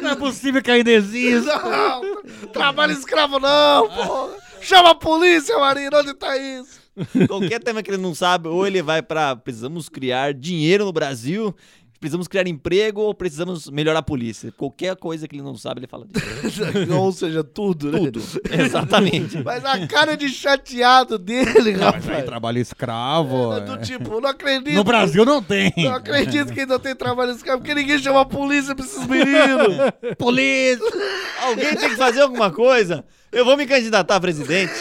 Speaker 11: Não é possível que ainda exista.
Speaker 10: Não, trabalho escravo não, porra. Chama a polícia, Marina, onde tá isso?
Speaker 12: Qualquer tema que ele não sabe, ou ele vai pra precisamos criar dinheiro no Brasil, precisamos criar emprego, ou precisamos melhorar a polícia. Qualquer coisa que ele não sabe, ele fala disso.
Speaker 10: <laughs> Ou seja, tudo, né? Tudo.
Speaker 12: Exatamente.
Speaker 10: Mas a cara de chateado dele,
Speaker 11: Mas
Speaker 10: rapaz.
Speaker 11: aí trabalho escravo.
Speaker 10: É do tipo, não acredito.
Speaker 11: No Brasil não tem.
Speaker 10: Não acredito que ainda tem trabalho nesse cara, porque ninguém chama a polícia pra esses meninos.
Speaker 11: Polícia.
Speaker 12: Alguém tem que fazer alguma coisa. Eu vou me candidatar a presidente.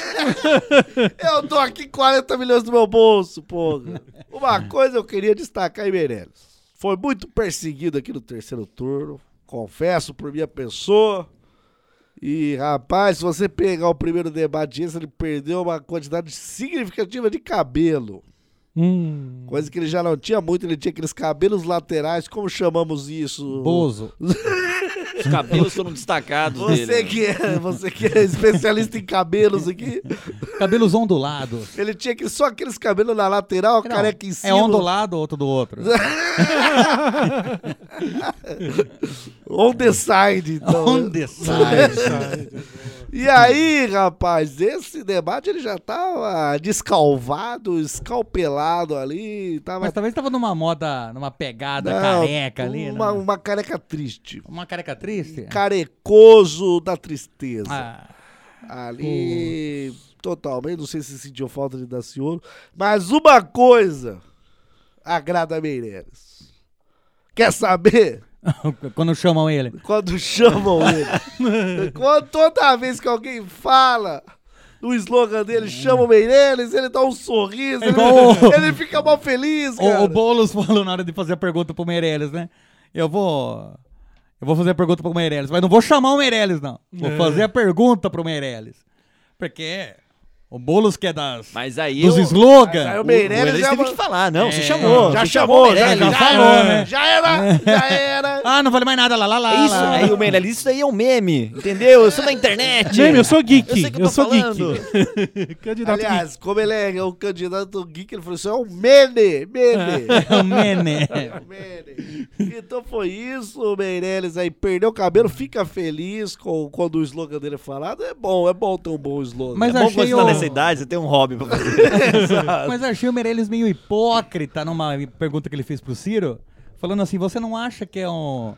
Speaker 10: <laughs> Eu tô aqui 40 milhões do meu bolso, porra. Uma coisa eu queria destacar em Meirelles. Foi muito perseguido aqui no terceiro turno. Confesso por minha pessoa. E, rapaz, se você pegar o primeiro debate, esse, ele perdeu uma quantidade significativa de cabelo. Coisa que ele já não tinha muito, ele tinha aqueles cabelos laterais, como chamamos isso?
Speaker 11: Bozo.
Speaker 12: Os cabelos foram destacados
Speaker 10: Você
Speaker 12: dele.
Speaker 11: né?
Speaker 10: que é, você que é especialista em cabelos aqui.
Speaker 11: Cabelos ondulados.
Speaker 10: Ele tinha que só aqueles cabelos na lateral, careca em
Speaker 11: É
Speaker 10: cima.
Speaker 11: um do lado, outro do outro.
Speaker 10: On the side,
Speaker 11: <laughs>
Speaker 10: então.
Speaker 11: On the
Speaker 10: <laughs>
Speaker 11: side.
Speaker 10: e aí, rapaz, esse debate ele já tava descalvado, escalpelado ali. Tava
Speaker 11: Mas talvez tava numa moda, numa pegada
Speaker 10: Não,
Speaker 11: careca ali.
Speaker 10: Uma, um
Speaker 11: né?
Speaker 10: uma careca triste.
Speaker 11: Uma careca triste?
Speaker 10: Carecoso da tristeza.
Speaker 11: Ah.
Speaker 10: Ali, totalmente, não sei se sentiu falta de Daciolo, mas uma coisa agrada a Meireles. Quer saber?
Speaker 11: <laughs> Quando chamam ele.
Speaker 10: Quando <laughs> chamam ele. Quando, toda vez que alguém fala o slogan dele,
Speaker 12: Hum.
Speaker 10: chama o Meirelles, ele dá um
Speaker 12: É
Speaker 10: sorriso, ele,
Speaker 11: igual o-
Speaker 10: ele fica mal feliz, cara.
Speaker 11: O, o Boulos <laughs> falou na hora de fazer a pergunta pro Meirelles, né? Eu vou. Eu vou fazer a pergunta pro Meirelles, mas não vou chamar o Meirelles, não. Vou
Speaker 12: É.
Speaker 11: fazer a pergunta pro Meirelles. Porque o Boulos que é das.
Speaker 12: Mas aí.
Speaker 11: Dos
Speaker 12: eu-
Speaker 11: slogans.
Speaker 12: Aí
Speaker 11: O-
Speaker 12: o Meirelles
Speaker 11: o Meirelles
Speaker 12: já
Speaker 11: teve
Speaker 12: ma-
Speaker 11: que falar, não, você
Speaker 12: É.
Speaker 11: chamou,
Speaker 12: Já
Speaker 11: você
Speaker 12: chamou,
Speaker 11: chamou o Meirelles,
Speaker 12: já-
Speaker 11: já
Speaker 12: já
Speaker 11: falou,
Speaker 12: era,
Speaker 11: né?
Speaker 10: já era, já era.
Speaker 11: Ah, não vale mais nada, lá, lá,
Speaker 12: <laughs>
Speaker 11: lá.
Speaker 12: É isso,
Speaker 11: lá.
Speaker 12: aí o Meirelles, isso daí é um meme, entendeu? Eu sou da internet.
Speaker 6: Meme, eu sou geek,
Speaker 12: Eu sei o que
Speaker 6: eu
Speaker 12: tô
Speaker 6: sou geek.
Speaker 12: falando.
Speaker 11: <laughs>
Speaker 10: Candidato Aliás, como ele é um candidato geek, ele falou: Isso é um mene, mene.
Speaker 11: <laughs> É um mene.
Speaker 12: <laughs>
Speaker 10: É um mene. Então foi isso, o Meirelles aí perdeu o cabelo, fica feliz com, quando o slogan dele é falado. É bom, é bom ter um bom slogan.
Speaker 11: Mas
Speaker 10: é bom
Speaker 11: achei
Speaker 10: quando você
Speaker 11: o-
Speaker 12: idade, você tem um hobby pra fazer.
Speaker 11: Mas achei o Meirelles meio hipócrita numa pergunta que ele fez pro Ciro, falando assim: você não acha que é um.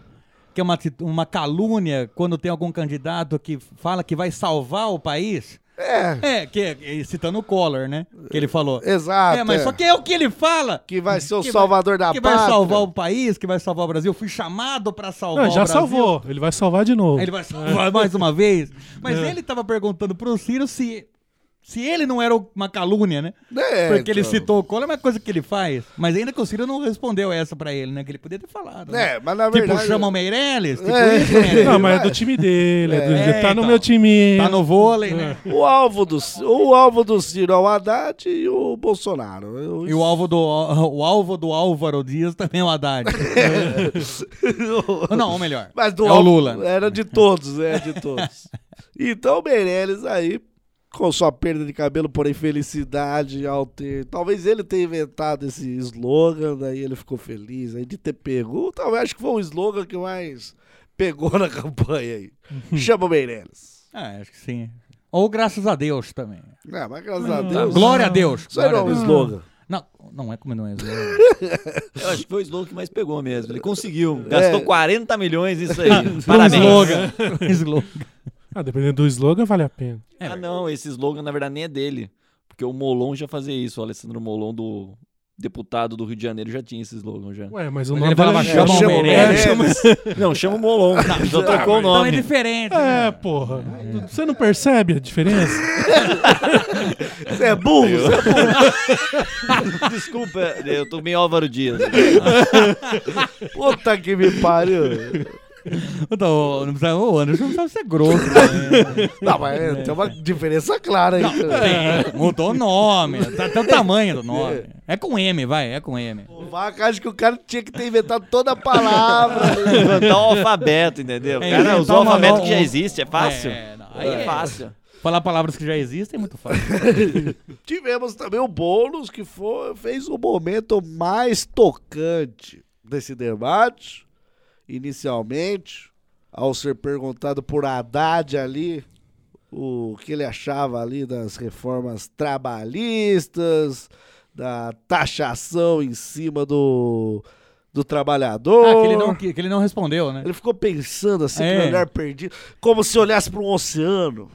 Speaker 11: Que é uma, ati- uma calúnia quando tem algum candidato que fala que vai salvar o país? É. É, que, é- citando o Collor, né? Que ele falou.
Speaker 10: <laughs> Exato.
Speaker 11: É, mas
Speaker 10: é.
Speaker 11: só que é o que ele fala.
Speaker 10: Que vai ser o
Speaker 11: que vai-
Speaker 10: salvador da
Speaker 11: Que
Speaker 10: pátria.
Speaker 11: vai salvar o país, que vai salvar o Brasil. Eu Fui chamado pra salvar
Speaker 6: Não,
Speaker 11: o
Speaker 6: já
Speaker 11: Brasil.
Speaker 6: salvou. Ele vai salvar de novo.
Speaker 11: Ele vai salvar mais uma vez. Mas
Speaker 6: É.
Speaker 11: ele tava perguntando pro Ciro se, se ele não era uma calúnia, né?
Speaker 10: É,
Speaker 11: Porque ele
Speaker 10: então.
Speaker 11: citou o Collor, é uma coisa que ele faz. Mas ainda que o Ciro não respondeu essa pra ele, né? Que ele poderia ter falado. né?
Speaker 10: É, mas na verdade-
Speaker 11: Tipo, chama o Meirelles. Tipo,
Speaker 10: É.
Speaker 11: isso, Meirelles.
Speaker 6: Não, mas é do time dele. É do...
Speaker 11: É,
Speaker 6: tá no
Speaker 11: então.
Speaker 6: meu time.
Speaker 11: Tá no vôlei, né?
Speaker 12: É.
Speaker 10: O alvo do, o alvo do Ciro é o Haddad e o Bolsonaro. Eu-
Speaker 11: E o alvo do, o alvo do Álvaro Dias também é o
Speaker 10: <laughs>
Speaker 11: Haddad. Ou não, ou melhor.
Speaker 10: Mas do
Speaker 11: é o
Speaker 10: alvo-
Speaker 11: Lula.
Speaker 10: Era de todos, é de todos. então o Meirelles aí, com sua perda de cabelo, porém felicidade ao ter. Talvez ele tenha inventado esse slogan, daí ele ficou feliz aí de ter pego. Talvez acho que foi o slogan que mais pegou na <laughs> campanha aí.
Speaker 11: Uhum.
Speaker 10: Chama o Meirelles.
Speaker 11: Ah, acho que sim. Ou graças a Deus também. Ah,
Speaker 10: É, mas graças
Speaker 12: Uhum.
Speaker 10: a Deus.
Speaker 11: Tá, Glória a Deus.
Speaker 10: Isso aí não é um
Speaker 11: Glória a Deus.
Speaker 10: slogan.
Speaker 11: Não, não é como não é slogan.
Speaker 12: Eu acho que foi o slogan que mais pegou mesmo. Ele conseguiu. Gastou
Speaker 10: É.
Speaker 12: 40 milhões nisso aí.
Speaker 11: <laughs>
Speaker 12: <laughs>
Speaker 6: Num
Speaker 12: Parabéns.
Speaker 6: slogan. Num
Speaker 11: é slogan. <laughs>
Speaker 6: Ah, dependendo do slogan, vale a pena.
Speaker 11: É,
Speaker 12: Ah, não, esse slogan na verdade nem é dele. Porque o Molon já fazia isso. O Alessandro Molon, do deputado do Rio de Janeiro, já tinha esse slogan
Speaker 10: <laughs>
Speaker 12: já.
Speaker 6: Ué, mas o
Speaker 12: Mas
Speaker 6: nome
Speaker 12: ele falava,
Speaker 6: dele é-
Speaker 12: chama o
Speaker 6: Chama o
Speaker 12: Meirelles.
Speaker 6: Meirelles.
Speaker 12: Não, chama o <laughs> Molon.
Speaker 10: né? Ah,
Speaker 12: Já trocou o
Speaker 11: Então é
Speaker 12: nome.
Speaker 11: diferente.
Speaker 6: É, porra. Você não percebe a diferença?
Speaker 10: Você é burro, você é burro.
Speaker 12: <laughs> Desculpa, eu tô meio Álvaro Dias.
Speaker 10: <laughs> Puta que me pariu.
Speaker 11: Então, Não, não precisa, ô, Anderson, não precisa ser grosso. né?
Speaker 10: Não, mas é, tem uma diferença clara aí.
Speaker 11: Tem, mudou o nome, tá-
Speaker 10: <laughs> É.
Speaker 11: até o tamanho do nome. É com M, vai, é com M.
Speaker 10: O Vaca acho que o cara tinha que ter inventado toda a palavra.
Speaker 12: Inventar o alfabeto, entendeu?
Speaker 11: É,
Speaker 12: Cara,
Speaker 11: inventar
Speaker 12: usar o
Speaker 11: uma
Speaker 12: alfabeto
Speaker 11: nova- um-
Speaker 12: que já existe, é fácil.
Speaker 11: É, não, aí
Speaker 12: aí é
Speaker 11: é.
Speaker 12: fácil.
Speaker 11: Falar palavras que já existem é muito
Speaker 10: <laughs>
Speaker 11: fácil.
Speaker 10: Tivemos também o Boulos, que foi, fez o momento mais tocante desse debate. Inicialmente, ao ser perguntado por Haddad ali o que ele achava ali das reformas trabalhistas, da taxação em cima do, do trabalhador.
Speaker 11: Ah, que ele, não, que, que ele não respondeu, né?
Speaker 10: Ele ficou pensando assim,
Speaker 11: É.
Speaker 10: com o olhar perdido, como se olhasse para um
Speaker 11: <laughs>
Speaker 10: oceano.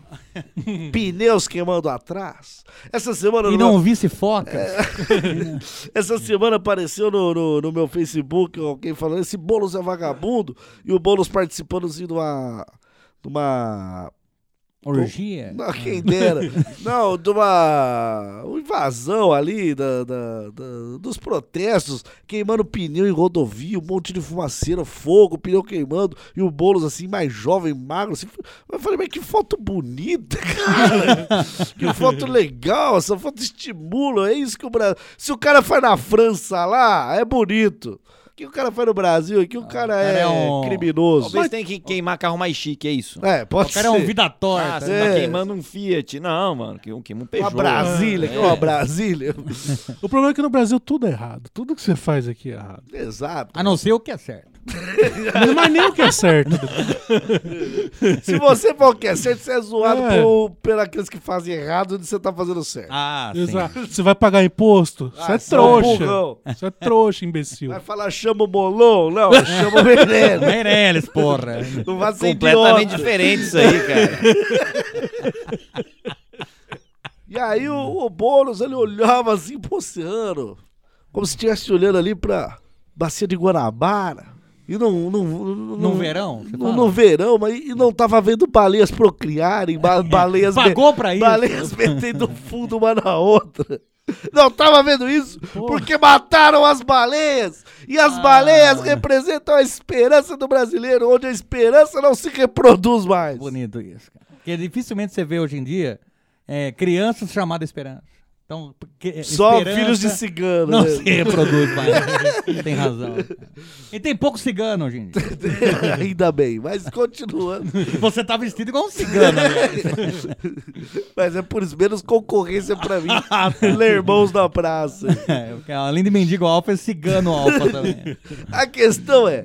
Speaker 10: Pneus queimando atrás. Essa semana
Speaker 11: E
Speaker 10: no
Speaker 11: não
Speaker 10: meu-
Speaker 11: visse foca.
Speaker 10: É. essa semana apareceu no, no, no meu Facebook alguém falando esse Boulos é vagabundo e o Boulos participando assim de uma de uma
Speaker 11: Orgia?
Speaker 10: Não, quem dera. Não, de uma, uma invasão ali da, da- da- dos protestos, queimando pneu em rodovia, um monte de fumaceira, fogo, pneu queimando, e o Boulos assim, mais jovem, magro. Assim, eu falei, mas que foto bonita, <laughs> cara. que foto legal, essa foto estimula, é isso que o Brasil... Se o cara faz na França lá, é bonito. O que o cara faz no Brasil aqui, o
Speaker 12: Ah,
Speaker 10: cara, é, criminoso.
Speaker 12: um Talvez tenha que queimar carro mais chique, é isso.
Speaker 10: É, pode
Speaker 12: O cara é um
Speaker 10: ser.
Speaker 12: vida torta.
Speaker 10: Ah,
Speaker 12: você
Speaker 10: é.
Speaker 12: tá
Speaker 11: né?
Speaker 12: queimando um Fiat. Não, mano, que um queima um Peugeot.
Speaker 10: Uma Brasília,
Speaker 12: É. <laughs>
Speaker 10: uma Brasília.
Speaker 6: O problema é que no Brasil tudo é errado. Tudo que você faz aqui é errado.
Speaker 10: Exato.
Speaker 11: A não ser o que é certo.
Speaker 6: Mas nem o que é certo.
Speaker 10: Se você for o que é certo, você é zoado
Speaker 6: É.
Speaker 10: por, por aqueles que fazem errado onde você tá fazendo certo.
Speaker 11: Ah,
Speaker 6: Exato. Você vai pagar imposto? Você é
Speaker 10: você é um burrão.
Speaker 6: trouxa. Você é trouxa, imbecil.
Speaker 10: Vai falar chama o Molon? Não, chama o
Speaker 12: <laughs>
Speaker 10: Meirelles.
Speaker 11: Meirelles, porra.
Speaker 10: É. Não vai
Speaker 11: <laughs>
Speaker 10: ser
Speaker 12: Completamente
Speaker 10: idiota.
Speaker 12: diferente isso aí, cara.
Speaker 10: <laughs> E aí o, o Boulos, ele olhava assim pro oceano, como se estivesse olhando ali pra bacia de Guanabara. E não, não, não,
Speaker 11: No verão, você
Speaker 10: No,
Speaker 11: fala? "Ah."
Speaker 10: no verão, mas e não tava vendo baleias
Speaker 11: <laughs>
Speaker 10: procriarem, ba- baleias... me-
Speaker 11: É, Pagou pra isso?
Speaker 10: Baleias metendo fundo uma na outra. Não tava vendo isso porque mataram as baleias. E
Speaker 11: Ah.
Speaker 10: as baleias representam a esperança do brasileiro, onde a esperança não se reproduz mais.
Speaker 11: Bonito isso, cara. Porque dificilmente você vê hoje em dia é, crianças chamadas esperança. Então, porque-
Speaker 10: Só
Speaker 11: esperança
Speaker 10: filhos de cigano,
Speaker 11: Não
Speaker 10: né?
Speaker 11: se <laughs> reproduz mais. <laughs> tem razão. E tem pouco cigano hoje em dia.
Speaker 10: <laughs> Ainda bem, mas
Speaker 11: <laughs>
Speaker 10: continuando.
Speaker 11: Você tá vestido igual um cigano. <laughs>
Speaker 10: Mas é por isso menos concorrência
Speaker 11: <laughs>
Speaker 10: pra mim.
Speaker 11: Ah, tá.
Speaker 10: Ler irmãos na praça.
Speaker 11: É, porque além de mendigo alfa, é cigano <laughs> alfa também.
Speaker 10: A questão é.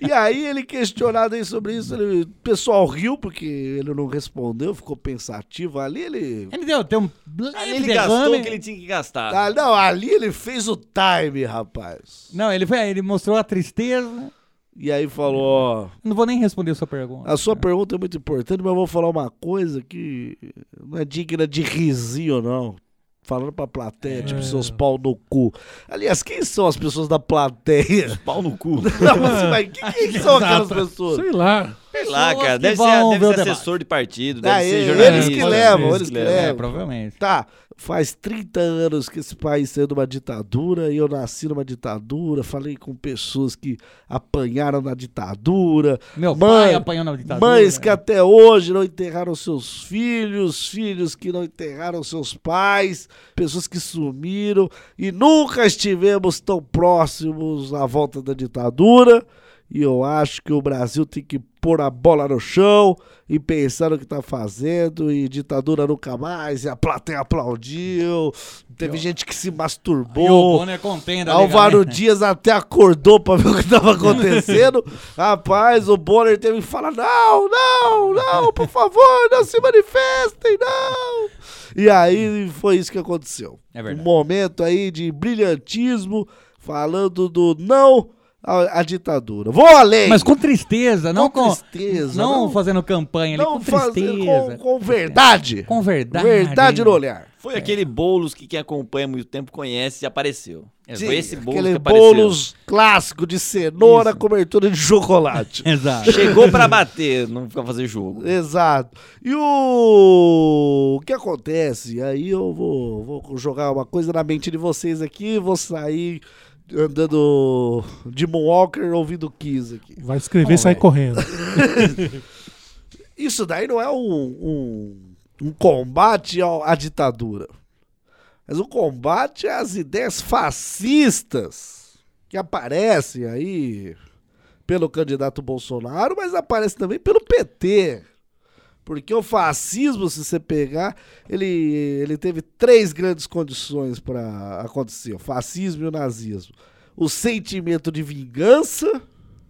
Speaker 10: E aí ele questionado aí sobre isso, ele, o pessoal riu porque ele não respondeu, ficou pensativo ali, ele
Speaker 11: Ele deu, deu um
Speaker 12: Ali
Speaker 11: leve
Speaker 12: ele gastou
Speaker 11: derrame.
Speaker 12: o que ele tinha que gastar.
Speaker 10: Ah, não, ali ele fez o time, rapaz.
Speaker 11: Não, ele foi, ele mostrou a tristeza.
Speaker 10: E aí falou, ó,
Speaker 11: Não vou nem responder a sua pergunta.
Speaker 10: a sua pergunta é muito importante, mas eu vou falar uma coisa que não é digna de risinho, não. Falando pra plateia, tipo, seus pau no cu. Aliás, quem são as pessoas da plateia?
Speaker 12: Pau no cu.
Speaker 10: <laughs> Não, mas, mas quem, quem são aquelas pessoas?
Speaker 6: Sei lá.
Speaker 12: Sei lá,
Speaker 10: Pessoas
Speaker 12: cara.
Speaker 10: que
Speaker 12: Deve
Speaker 10: vão
Speaker 12: ser,
Speaker 10: ver o
Speaker 12: deve ser
Speaker 10: debate.
Speaker 12: assessor de partido, deve
Speaker 10: Ah,
Speaker 12: ser
Speaker 10: e- eles
Speaker 12: jornalista. né?
Speaker 10: que levam,
Speaker 12: deve
Speaker 10: eles que
Speaker 12: ser-
Speaker 10: levam.
Speaker 11: É, provavelmente.
Speaker 10: Tá, faz 30 anos que esse país saiu de uma ditadura e eu nasci numa ditadura, falei com pessoas que apanharam na ditadura.
Speaker 11: Meu pai apanhou na ditadura.
Speaker 10: Mães que até hoje não enterraram seus filhos, filhos que não enterraram seus pais, pessoas que sumiram e nunca estivemos tão próximos à volta da ditadura. E eu acho que o Brasil tem que pôr a bola no chão e pensar no que tá fazendo, e ditadura nunca mais, e a plateia aplaudiu, teve gente que se masturbou.
Speaker 11: E o Bonner é contendo ali,
Speaker 10: Álvaro
Speaker 11: galera.
Speaker 10: Dias até acordou pra ver o que tava
Speaker 11: <laughs>
Speaker 10: acontecendo. Rapaz, o Bonner teve que falar: não, não, não, por favor, não se manifestem, não. E aí foi isso que aconteceu.
Speaker 11: É verdade.
Speaker 10: Um momento aí de brilhantismo, falando do não à, à ditadura. Vou além!
Speaker 11: Mas com tristeza, não com.
Speaker 10: tristeza,
Speaker 11: Não,
Speaker 10: não-
Speaker 11: fazendo campanha ali,
Speaker 10: não
Speaker 11: com
Speaker 10: fazendo
Speaker 11: tristeza.
Speaker 10: com, com verdade.
Speaker 11: Com verdade.
Speaker 10: Verdade no olhar.
Speaker 12: Foi aquele Boulos que quem acompanha há muito tempo conhece e apareceu. É,
Speaker 10: Sim,
Speaker 12: Foi esse Boulos que
Speaker 10: Aquele
Speaker 12: apareceu.
Speaker 10: bolos clássico de cenoura, cobertura de chocolate.
Speaker 11: Exato.
Speaker 12: <laughs> Chegou pra bater, não pra fazer jogo.
Speaker 10: Exato. E o... o que acontece? Aí eu vou, vou jogar uma coisa na mente de vocês aqui, vou sair andando de Moonwalker ouvindo Kiss aqui.
Speaker 6: Vai escrever e sai correndo.
Speaker 10: Isso daí não é um, um, um combate ao- à ditadura. Mas um combate às ideias fascistas que aparecem aí pelo candidato Bolsonaro, mas aparece também pelo PT. Porque o fascismo, se você pegar, ele, ele teve três grandes condições para acontecer: o fascismo e o nazismo. O sentimento de vingança,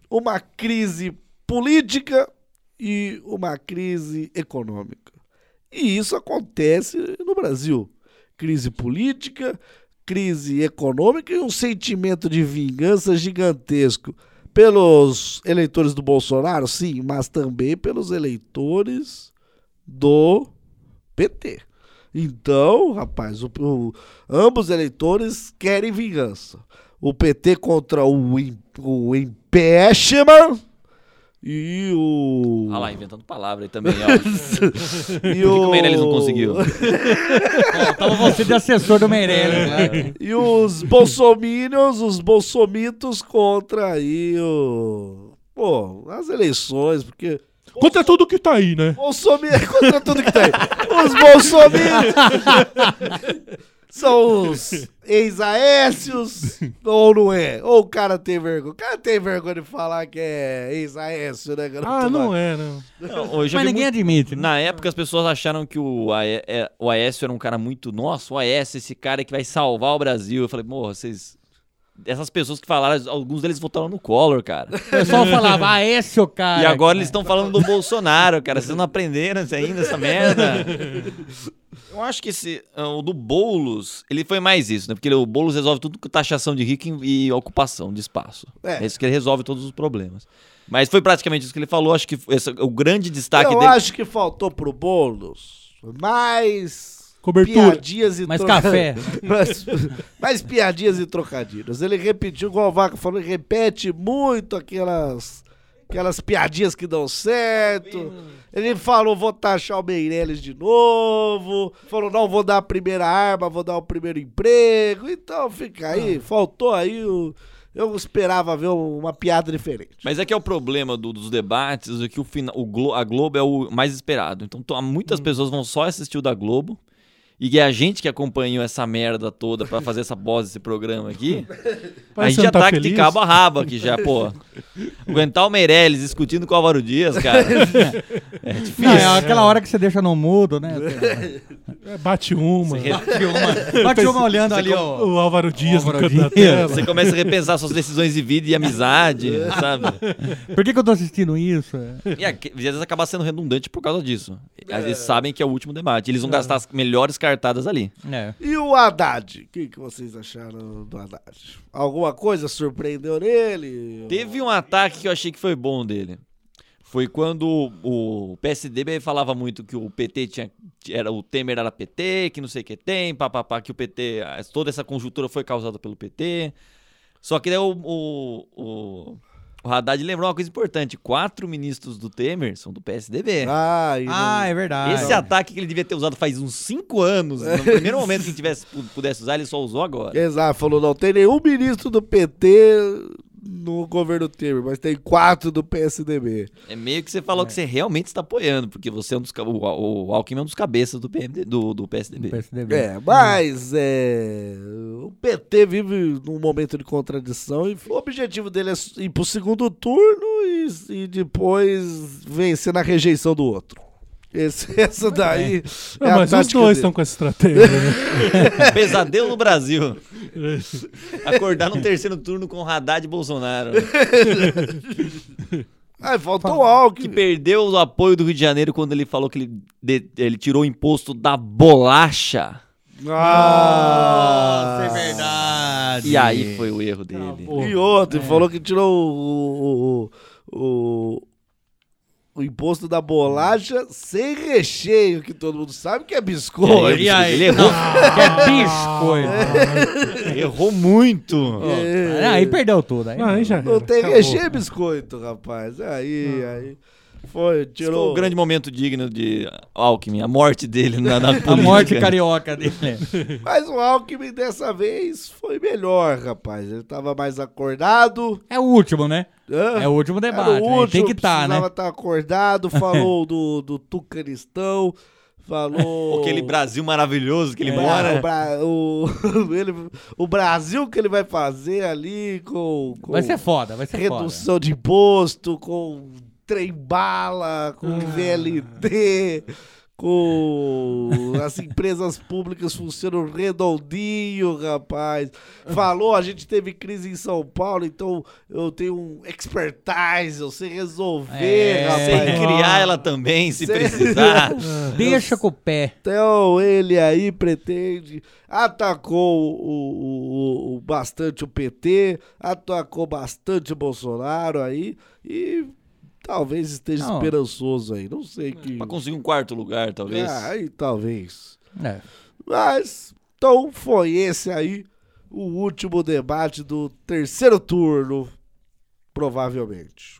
Speaker 10: uma crise política e uma crise econômica. E isso acontece no Brasil. Crise política, crise econômica e um sentimento de vingança gigantesco. Pelos eleitores do Bolsonaro, sim, mas também pelos eleitores do PT. Então, rapaz, o- o- ambos eleitores querem vingança. O PT contra o, im- o impeachment E o.
Speaker 12: Ah lá, inventando palavra aí também,
Speaker 10: <laughs>
Speaker 12: ó.
Speaker 10: E
Speaker 12: Por que que
Speaker 10: o-
Speaker 12: o Meirelles não conseguiu?
Speaker 11: Tava Então você de assessor do Meirelles, né?
Speaker 10: <laughs> E os bolsominions, os bolsomitos contra aí o. Pô, as eleições, porque.
Speaker 6: Contra tudo que tá aí, né?
Speaker 10: Bolsomi... é Contra tudo que tem. Os bolsominions são os ex-aécios, ou não é? Ou o cara tem vergonha. O cara tem vergonha de falar que é ex-aécio, né, garoto?
Speaker 6: Ah, não é, não.
Speaker 12: Não, eu já vi muito-
Speaker 11: né?
Speaker 12: Na época as pessoas acharam que o, Aé- é, o Aécio era um cara muito. Nossa, o Aécio, esse cara que vai salvar o Brasil. Eu falei, morra, vocês. Essas pessoas que falaram, alguns deles votaram no Collor, cara.
Speaker 11: O pessoal falava, ah, é seu cara.
Speaker 12: e agora eles estão falando do Bolsonaro, cara. Vocês não aprenderam isso ainda essa merda. Eu acho que esse, ah, o do Boulos, ele foi mais isso, né? Porque ele- o Boulos resolve tudo com taxação de rico e e ocupação de espaço.
Speaker 10: É.
Speaker 12: É. isso que ele resolve todos os problemas. Mas foi praticamente isso que ele falou. Acho que esse- o grande destaque
Speaker 10: Eu
Speaker 12: dele.
Speaker 10: acho que faltou pro Boulos mais.
Speaker 6: Cobertura.
Speaker 10: Piadinhas e
Speaker 11: Mais
Speaker 10: troca- <laughs>
Speaker 11: café.
Speaker 10: mais, mais piadinhas e trocadilhos. Ele repetiu, igual o Vaca falou, ele repete muito aquelas. Aquelas piadinhas que dão certo. Ele falou, vou taxar o Meirelles de novo. Falou, não, vou dar a primeira arma, vou dar o primeiro emprego. Então fica aí. Faltou aí o. Eu esperava ver um, uma piada diferente.
Speaker 12: Mas é que é o problema do- dos debates, é que o final, o Glo- a Globo é o mais esperado. Então to- muitas
Speaker 10: Hum.
Speaker 12: pessoas vão só assistir o da Globo. E é a gente que acompanhou essa merda toda pra fazer essa bosta desse programa aqui. a gente
Speaker 11: Parece que não
Speaker 12: já
Speaker 11: tá
Speaker 12: tá de
Speaker 11: feliz.
Speaker 12: cabo a rabo aqui já, pô. Aguentar o Meirelles discutindo com o Álvaro Dias,
Speaker 11: <laughs>
Speaker 12: cara. É difícil.
Speaker 11: Não, é aquela hora que você deixa no mudo, <laughs> né?
Speaker 6: É, Bate uma.
Speaker 11: Bate uma. Bate uma olhando ali, ó.
Speaker 6: O Álvaro Dias no
Speaker 11: Álvaro
Speaker 6: canto da
Speaker 11: Dias.
Speaker 6: tela.
Speaker 12: Você começa a repensar suas decisões de vida e amizade, sabe?
Speaker 11: Por que, que eu tô assistindo isso?
Speaker 12: E aqui- às vezes acaba sendo redundante por causa disso. Às vezes sabem que é o último debate. Eles vão gastar as melhores cartadas ali.
Speaker 11: É.
Speaker 10: E o Haddad? O que, que vocês acharam do Haddad? Alguma coisa surpreendeu nele?
Speaker 12: Teve um ataque que eu achei que foi bom dele. Foi quando o PSDB falava muito que o PT tinha. Era, o Temer era PT, que não sei o que tem, papapá, que o PT. Toda essa conjuntura foi causada pelo PT. Só que daí o, o, o, o Haddad lembrou uma coisa importante: quatro ministros do Temer são do PSDB.
Speaker 10: Ah, e
Speaker 11: Ah,
Speaker 10: não-
Speaker 11: é verdade.
Speaker 12: Esse ataque que ele devia ter usado faz uns cinco anos. No
Speaker 10: <laughs>
Speaker 12: primeiro momento que ele tivesse, pu- pudesse usar, ele só usou agora.
Speaker 10: Exato, falou, não tem nenhum ministro do PT no governo Temer, mas tem quatro do PSDB.
Speaker 12: É meio que você falou que você realmente está apoiando, porque você é um dos. ca- O, o o Alckmin é um dos cabeças do, PMD, do, do PSDB.
Speaker 6: né,
Speaker 11: PSDB.
Speaker 10: É, mas é, o PT vive num momento de contradição e o objetivo dele é ir pro segundo turno e, e depois vencer na rejeição do outro. Esse, <laughs> essa daí é,
Speaker 6: Não,
Speaker 10: a
Speaker 6: Ah, mas os
Speaker 10: tática
Speaker 6: dois
Speaker 10: dele.
Speaker 6: estão com essa estratégia,
Speaker 10: <laughs>
Speaker 6: né?
Speaker 12: <laughs> Pesadelo no Brasil. Acordar no terceiro turno com Haddad e
Speaker 10: <laughs>
Speaker 12: Bolsonaro.
Speaker 10: Ah, faltou o
Speaker 12: Que
Speaker 10: Alckmin.
Speaker 12: perdeu o apoio do Rio de Janeiro quando ele falou que ele, de- ele tirou o imposto da bolacha.
Speaker 10: Ah,
Speaker 11: verdade.
Speaker 12: E aí foi o erro dele.
Speaker 10: E outro, ele falou que tirou o, o, o, o- o imposto da bolacha sem recheio, que todo mundo sabe que é biscoito.
Speaker 12: E aí, ele errou,
Speaker 11: Que é biscoito. <laughs>
Speaker 12: errou muito.
Speaker 11: Ah, aí perdeu tudo. Aí,
Speaker 6: Ah, Aí já
Speaker 10: Não
Speaker 6: era.
Speaker 10: tem
Speaker 6: Acabou.
Speaker 10: recheio, é biscoito, rapaz. Aí, aí. Foi,
Speaker 12: Ah. Esse foi
Speaker 10: tirou.
Speaker 12: o grande momento digno de Alckmin, a morte dele na,
Speaker 10: <laughs>
Speaker 12: na política.
Speaker 11: A morte carioca dele.
Speaker 10: Mas o Alckmin dessa vez foi melhor, rapaz. Ele tava mais acordado.
Speaker 11: É o último, né?
Speaker 10: Hã?
Speaker 11: É o último
Speaker 10: Era
Speaker 11: debate. né?
Speaker 10: útil,
Speaker 11: Tem que
Speaker 12: tá,
Speaker 11: estar, né?
Speaker 10: precisava estar
Speaker 12: <laughs>
Speaker 10: acordado, falou do, do Tucanistão, falou...
Speaker 12: Aquele Brasil maravilhoso que ele
Speaker 10: É,
Speaker 12: mora.
Speaker 10: O, Bra- o- <laughs> ele- o Brasil que ele vai fazer ali com, com
Speaker 11: Vai ser foda, vai ser foda.
Speaker 10: redução de imposto, com trem-bala,
Speaker 11: Ah.
Speaker 10: com VLT, com as empresas públicas funcionam redondinho, rapaz. Falou, a gente teve crise em São Paulo, então eu tenho um expertise, eu sei resolver,
Speaker 11: É.
Speaker 12: Tem
Speaker 10: rapaz.
Speaker 12: que criar ela também, se
Speaker 10: Sei.
Speaker 6: <laughs>
Speaker 12: precisar.
Speaker 11: Deixa com o pé.
Speaker 10: Então ele aí pretende atacou o, o- o- o- bastante o PT, atacou bastante o Bolsonaro aí e talvez esteja
Speaker 11: Não.
Speaker 10: esperançoso aí, não sei que.
Speaker 12: Pra conseguir um quarto lugar, talvez.
Speaker 10: Ah, aí talvez.
Speaker 11: É.
Speaker 10: Mas então foi esse aí o último debate do terceiro turno, provavelmente.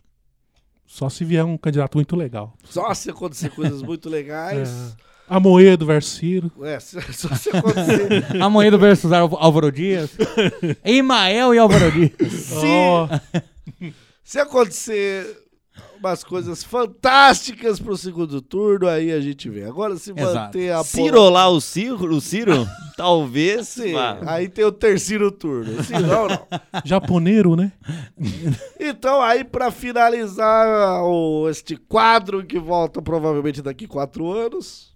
Speaker 6: Só se vier um candidato muito legal.
Speaker 10: Só se acontecer coisas muito legais.
Speaker 6: Amoedo versus Ciro.
Speaker 10: É, <laughs> só
Speaker 11: <laughs>
Speaker 10: se acontecer.
Speaker 11: Amoedo versus Al- Álvaro Dias. Emael e Álvaro Dias.
Speaker 10: Se, se acontecer umas coisas fantásticas pro segundo turno, aí a gente vê. Agora se
Speaker 12: Exato.
Speaker 10: manter a
Speaker 12: Ciro lá, o Ciro, o Ciro <laughs> talvez.
Speaker 10: Sim,
Speaker 12: vá.
Speaker 10: aí tem o
Speaker 12: <laughs>
Speaker 10: terceiro turno. Se não, não.
Speaker 6: Japoneiro, né?
Speaker 10: Então, aí, pra finalizar o, este quadro que volta provavelmente daqui quatro anos.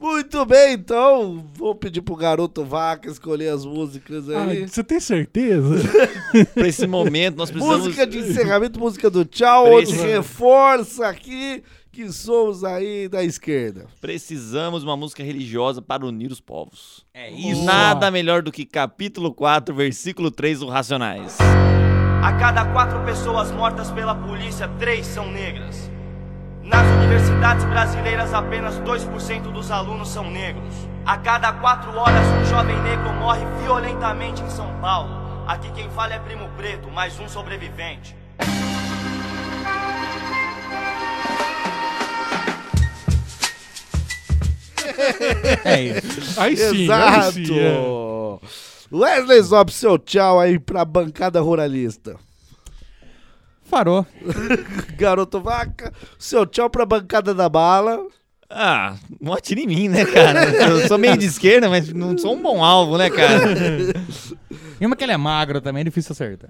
Speaker 10: Muito bem, então, vou pedir pro garoto Vaca escolher as músicas aí.
Speaker 6: Ah, você tem certeza? <laughs>
Speaker 12: pra esse momento, nós precisamos.
Speaker 10: Música de encerramento, música do tchau,
Speaker 12: Precisa.
Speaker 10: onde reforça aqui que somos aí da esquerda.
Speaker 12: Precisamos de uma música religiosa para unir os povos. É
Speaker 10: isso.
Speaker 12: Nada melhor do que capítulo 4, versículo 3 do Racionais.
Speaker 13: A cada quatro pessoas mortas pela polícia, três são negras. Nas universidades brasileiras, apenas 2% dos alunos são negros. A cada quatro horas, um jovem negro morre violentamente em São Paulo. Aqui quem fala é Primo Preto, mais um sobrevivente.
Speaker 11: É isso.
Speaker 6: Aí sim,
Speaker 10: Exato.
Speaker 6: aí sim, é.
Speaker 10: assim, Wesley Zop, seu tchau aí pra bancada ruralista.
Speaker 11: Farou.
Speaker 10: Garoto Vaca, seu tchau pra bancada da bala.
Speaker 12: Ah, não atira em mim, né, cara? Eu sou meio de esquerda, mas não sou um bom alvo, né, cara?
Speaker 11: E uma que ele é magro também, é difícil acertar.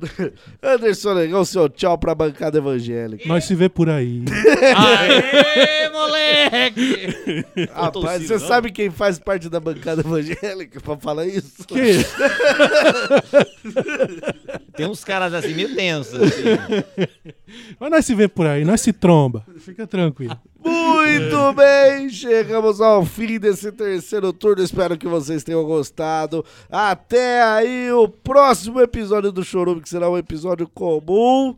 Speaker 10: Anderson Negão, seu tchau pra bancada evangélica.
Speaker 6: Nós se vê por aí.
Speaker 11: Aê, moleque!
Speaker 10: Rapaz, você sabe quem faz parte da bancada evangélica pra falar isso?
Speaker 6: Que?
Speaker 12: Tem uns caras assim meio tensos. Assim.
Speaker 6: Mas nós se vê por aí, nós se tromba. Fica
Speaker 10: Ah,
Speaker 6: tranquilo.
Speaker 10: Muito bem, chegamos ao fim desse terceiro turno. Espero que vocês tenham gostado. Até aí o próximo episódio do Chorume, que será um episódio comum.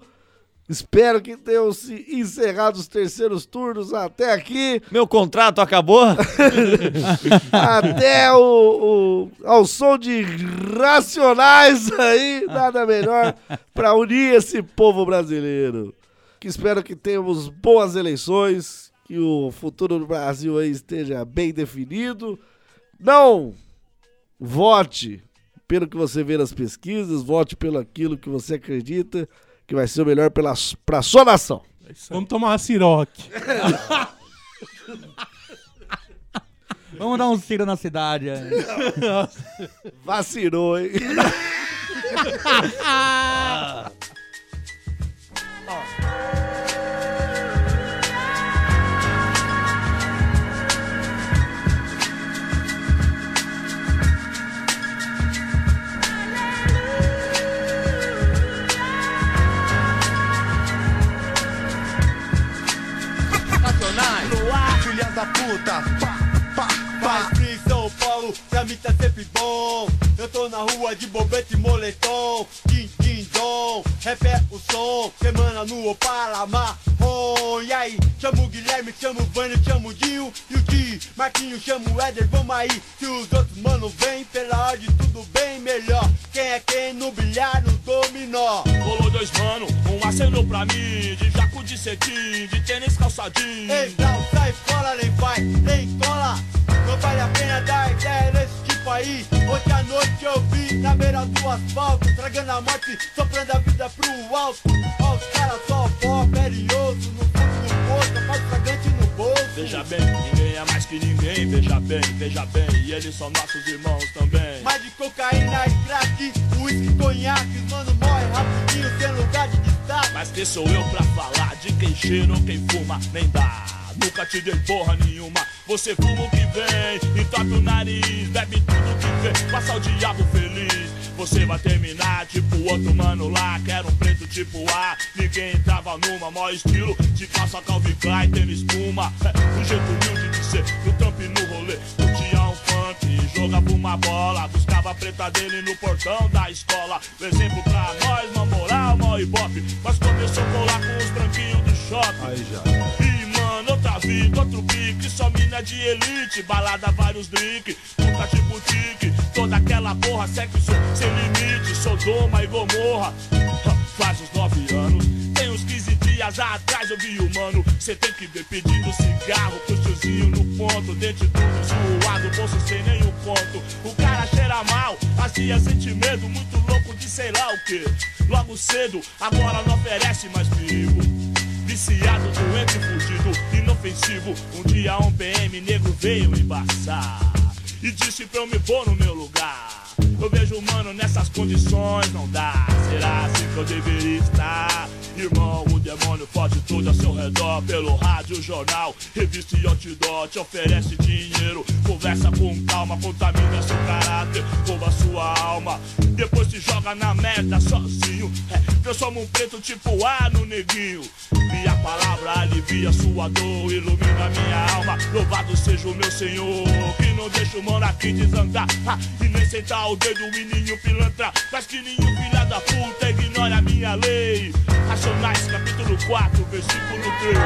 Speaker 10: Espero que tenham se encerrado os terceiros turnos até aqui.
Speaker 12: Meu contrato acabou?
Speaker 10: até o, o- ao som de Racionais aí, nada melhor para unir esse povo brasileiro. Que espero que tenhamos boas eleições, que o futuro do Brasil aí esteja bem definido. Não vote pelo que você vê nas pesquisas, vote pelo aquilo que você acredita que vai ser o melhor pela para sua nação.
Speaker 6: Vamos tomar uma siroque.
Speaker 11: Vamos dar um tiro na cidade. é.
Speaker 10: Vacilou, hein?
Speaker 14: Racionais no ar, filhas da puta. Pá, pá, pá. Mas em São Paulo, pra mim tá sempre bom. Eu tô na rua de bobete e moletom. Din, din, dom. Rap é o som. Semana no Opala marrom. E aí, chamo o Guilherme, chamo o Vânio, chamo o Dinho e o Di. Marquinho, chamo o Éder, vamos aí. Se os outros mano vêm, pela ordem tudo bem melhor. Quem é quem no bilhar, no dominó.
Speaker 15: Rolou dois mano, um acenou pra mim De jaco de cetim, de tênis calçadinho
Speaker 14: Ei, não sai fora, nem vai, nem cola. Não vale a pena dar ideia nesse tipo aí. Hoje à noite eu vi na beira do asfalto, tragando a morte, soprando a vida pro alto. Ó, os caras só pó, perioso, no fundo do poço, faz fragante no bolso.
Speaker 15: Veja bem, ninguém é mais que ninguém Veja bem, veja bem, e eles são nossos irmãos também
Speaker 14: Mais de cocaína e crack, uísque, conhaque, os mano morre rapidinho, sem lugar de destaque.
Speaker 15: Mas quem sou eu pra falar de quem cheira ou quem fuma? Nem dá, nunca te dei porra nenhuma Você fuma o que vem, entope o nariz Bebe tudo que vem, passa o diabo feliz Você vai terminar tipo outro mano lá Quero um preto tipo A, ninguém entrava numa Mó estilo, de calça Calvin Klein, tênis Puma Do jeito humilde de ser, no trampo e no rolê Curtia um funk, jogava uma bola Buscava a preta dele no portão da escola Um exemplo pra nós, uma moral, mó ibope Mas começou a colar com os branquinhos do shopping Aí já Ih, mano, outra vida, outro pique Só mina de elite, balada, vários drink Nunca de
Speaker 10: tipo
Speaker 15: boutique, toda aquela porra Sexo sem
Speaker 10: <laughs>
Speaker 15: limite, Sodoma e Gomorra Ha, Faz os nove anos, tem uns 15 dias
Speaker 10: Décadas atrás eu vi o mano, cê tem que ver pedindo cigarro pro tiozinho no ponto. Dente tudo zoado, bolso sem nenhum ponto. O cara cheira mal, fazia sente medo, muito louco de sei lá o que. Logo cedo, agora não oferece mais perigo. Viciado, doente, fugido, inofensivo. Um dia um PM negro veio embaçar e disse pra eu me pôr no meu lugar. Eu vejo o mano nessas condições, não dá. Será assim que eu deveria estar? Irmão, o demônio foge tudo ao seu redor. Pelo rádio, jornal, revista e outdoor. Te oferece dinheiro, conversa com calma, contamina seu caráter, rouba sua alma. Depois te joga na merda sozinho. É, transforma um preto tipo A no neguinho. Minha palavra alivia sua dor, ilumina minha alma. Louvado seja o meu Senhor, que não deixa o mano aqui desandar. Ah, e nem sentar o dedo em nenhum pilantra. Mas que nenhum filha da puta ignora a minha lei. Racionais, capítulo 4, versículo 3.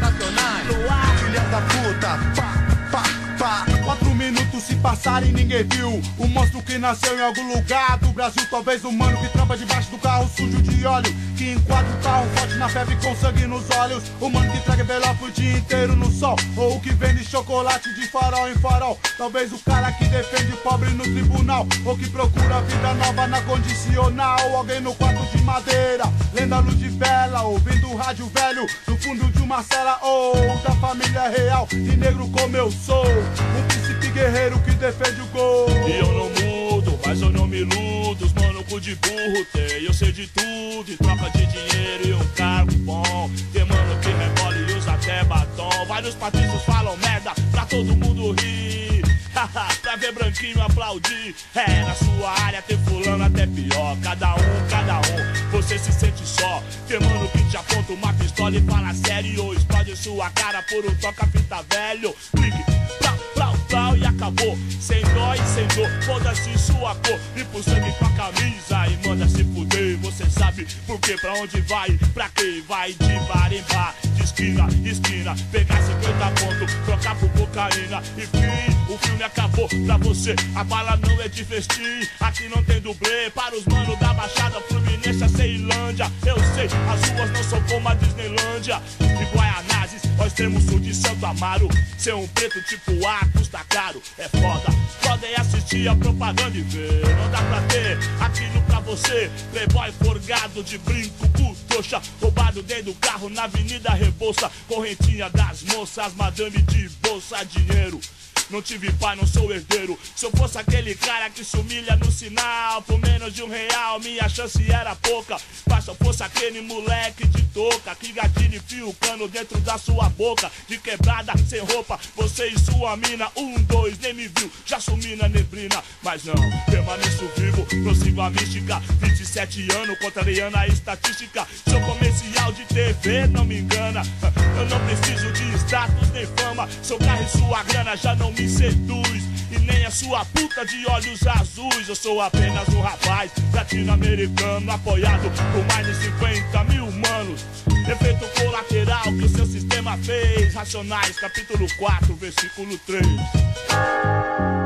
Speaker 15: Racionais, filhas da puta, pá, pá, pá. Quatro minutos se passaram e ninguém viu. O monstro que nasceu em algum lugar do Brasil. Talvez o mano que trampa debaixo do carro sujo de óleo. Que enquadra o carro forte na febre com sangue nos olhos. O mano que traga envelope o dia inteiro no sol. Ou o que vende chocolate de farol em farol. Talvez o cara que defende o pobre no tribunal. Ou que procura vida nova na condicional. Alguém no quarto de madeira, lendo a luz de vela. Ouvindo o rádio velho no fundo de uma cela. Ou da família real, de negro como eu sou. Um príncipe guerreiro que defende o gol.
Speaker 10: E eu não mudo, mas eu não me iludo. Os mano cu de burro tem, eu sei de tudo. Em troca de dinheiro e um cargo bom. Tem mano que rebola e usa até batom. Vários patrícios falam merda pra todo mundo rir. <laughs> pra ver branquinho aplaudir. É, na sua área tem fulano até pior. Cada um, cada um, você se sente só. Tem mano que te aponta uma pistola e fala sério. Ou explode sua cara por um toca-fita velho. Clique, Plau, plau, plau e acabou. Sem dó e sem dor, foda-se sua cor. E pro sangue com a camisa e manda se fuder. Você sabe por que, pra onde vai, pra quem vai de bar em bar. De esquina, em esquina, pegar 50 pontos, trocar por cocaína. Enfim, o filme acabou pra você. A bala não é de vestir, aqui não tem dublê. Para os manos da Baixada Fluminense, a Ceilândia. Eu sei, as ruas não são como a Disneylândia. Tipo, é De Guaianazes ao extremo sul de Santo Amaro. Ser um preto tipo A custa caro, é foda. Foda é assistir a propaganda e ver. Não dá pra ter aquilo pra você. Playboy forgado de brinco, cu trouxa. Roubado dentro do carro na Avenida Rebouça. Correntinha das moças, madame de bolsa, dinheiro. Não tive pai, não sou herdeiro. Se eu fosse aquele cara que se humilha no sinal, por menos de um real, minha chance era pouca. Mas se eu fosse aquele moleque de touca, que gatilho enfia o cano dentro da sua boca, de quebrada, sem roupa, você e sua mina. Um, dois, nem me viu, já sumi na neblina. Mas não, permaneço vivo, prossigo a mística. 27 anos, contrariando a estatística. Sou comercial de TV, não me engana. <laughs> Eu não preciso de status nem fama. Seu carro e sua grana já não me seduz. E nem a sua puta de olhos azuis. Eu sou apenas um rapaz latino-americano, apoiado por mais de 50 mil humanos. Efeito colateral que o seu sistema fez. Racionais, capítulo 4, versículo 3.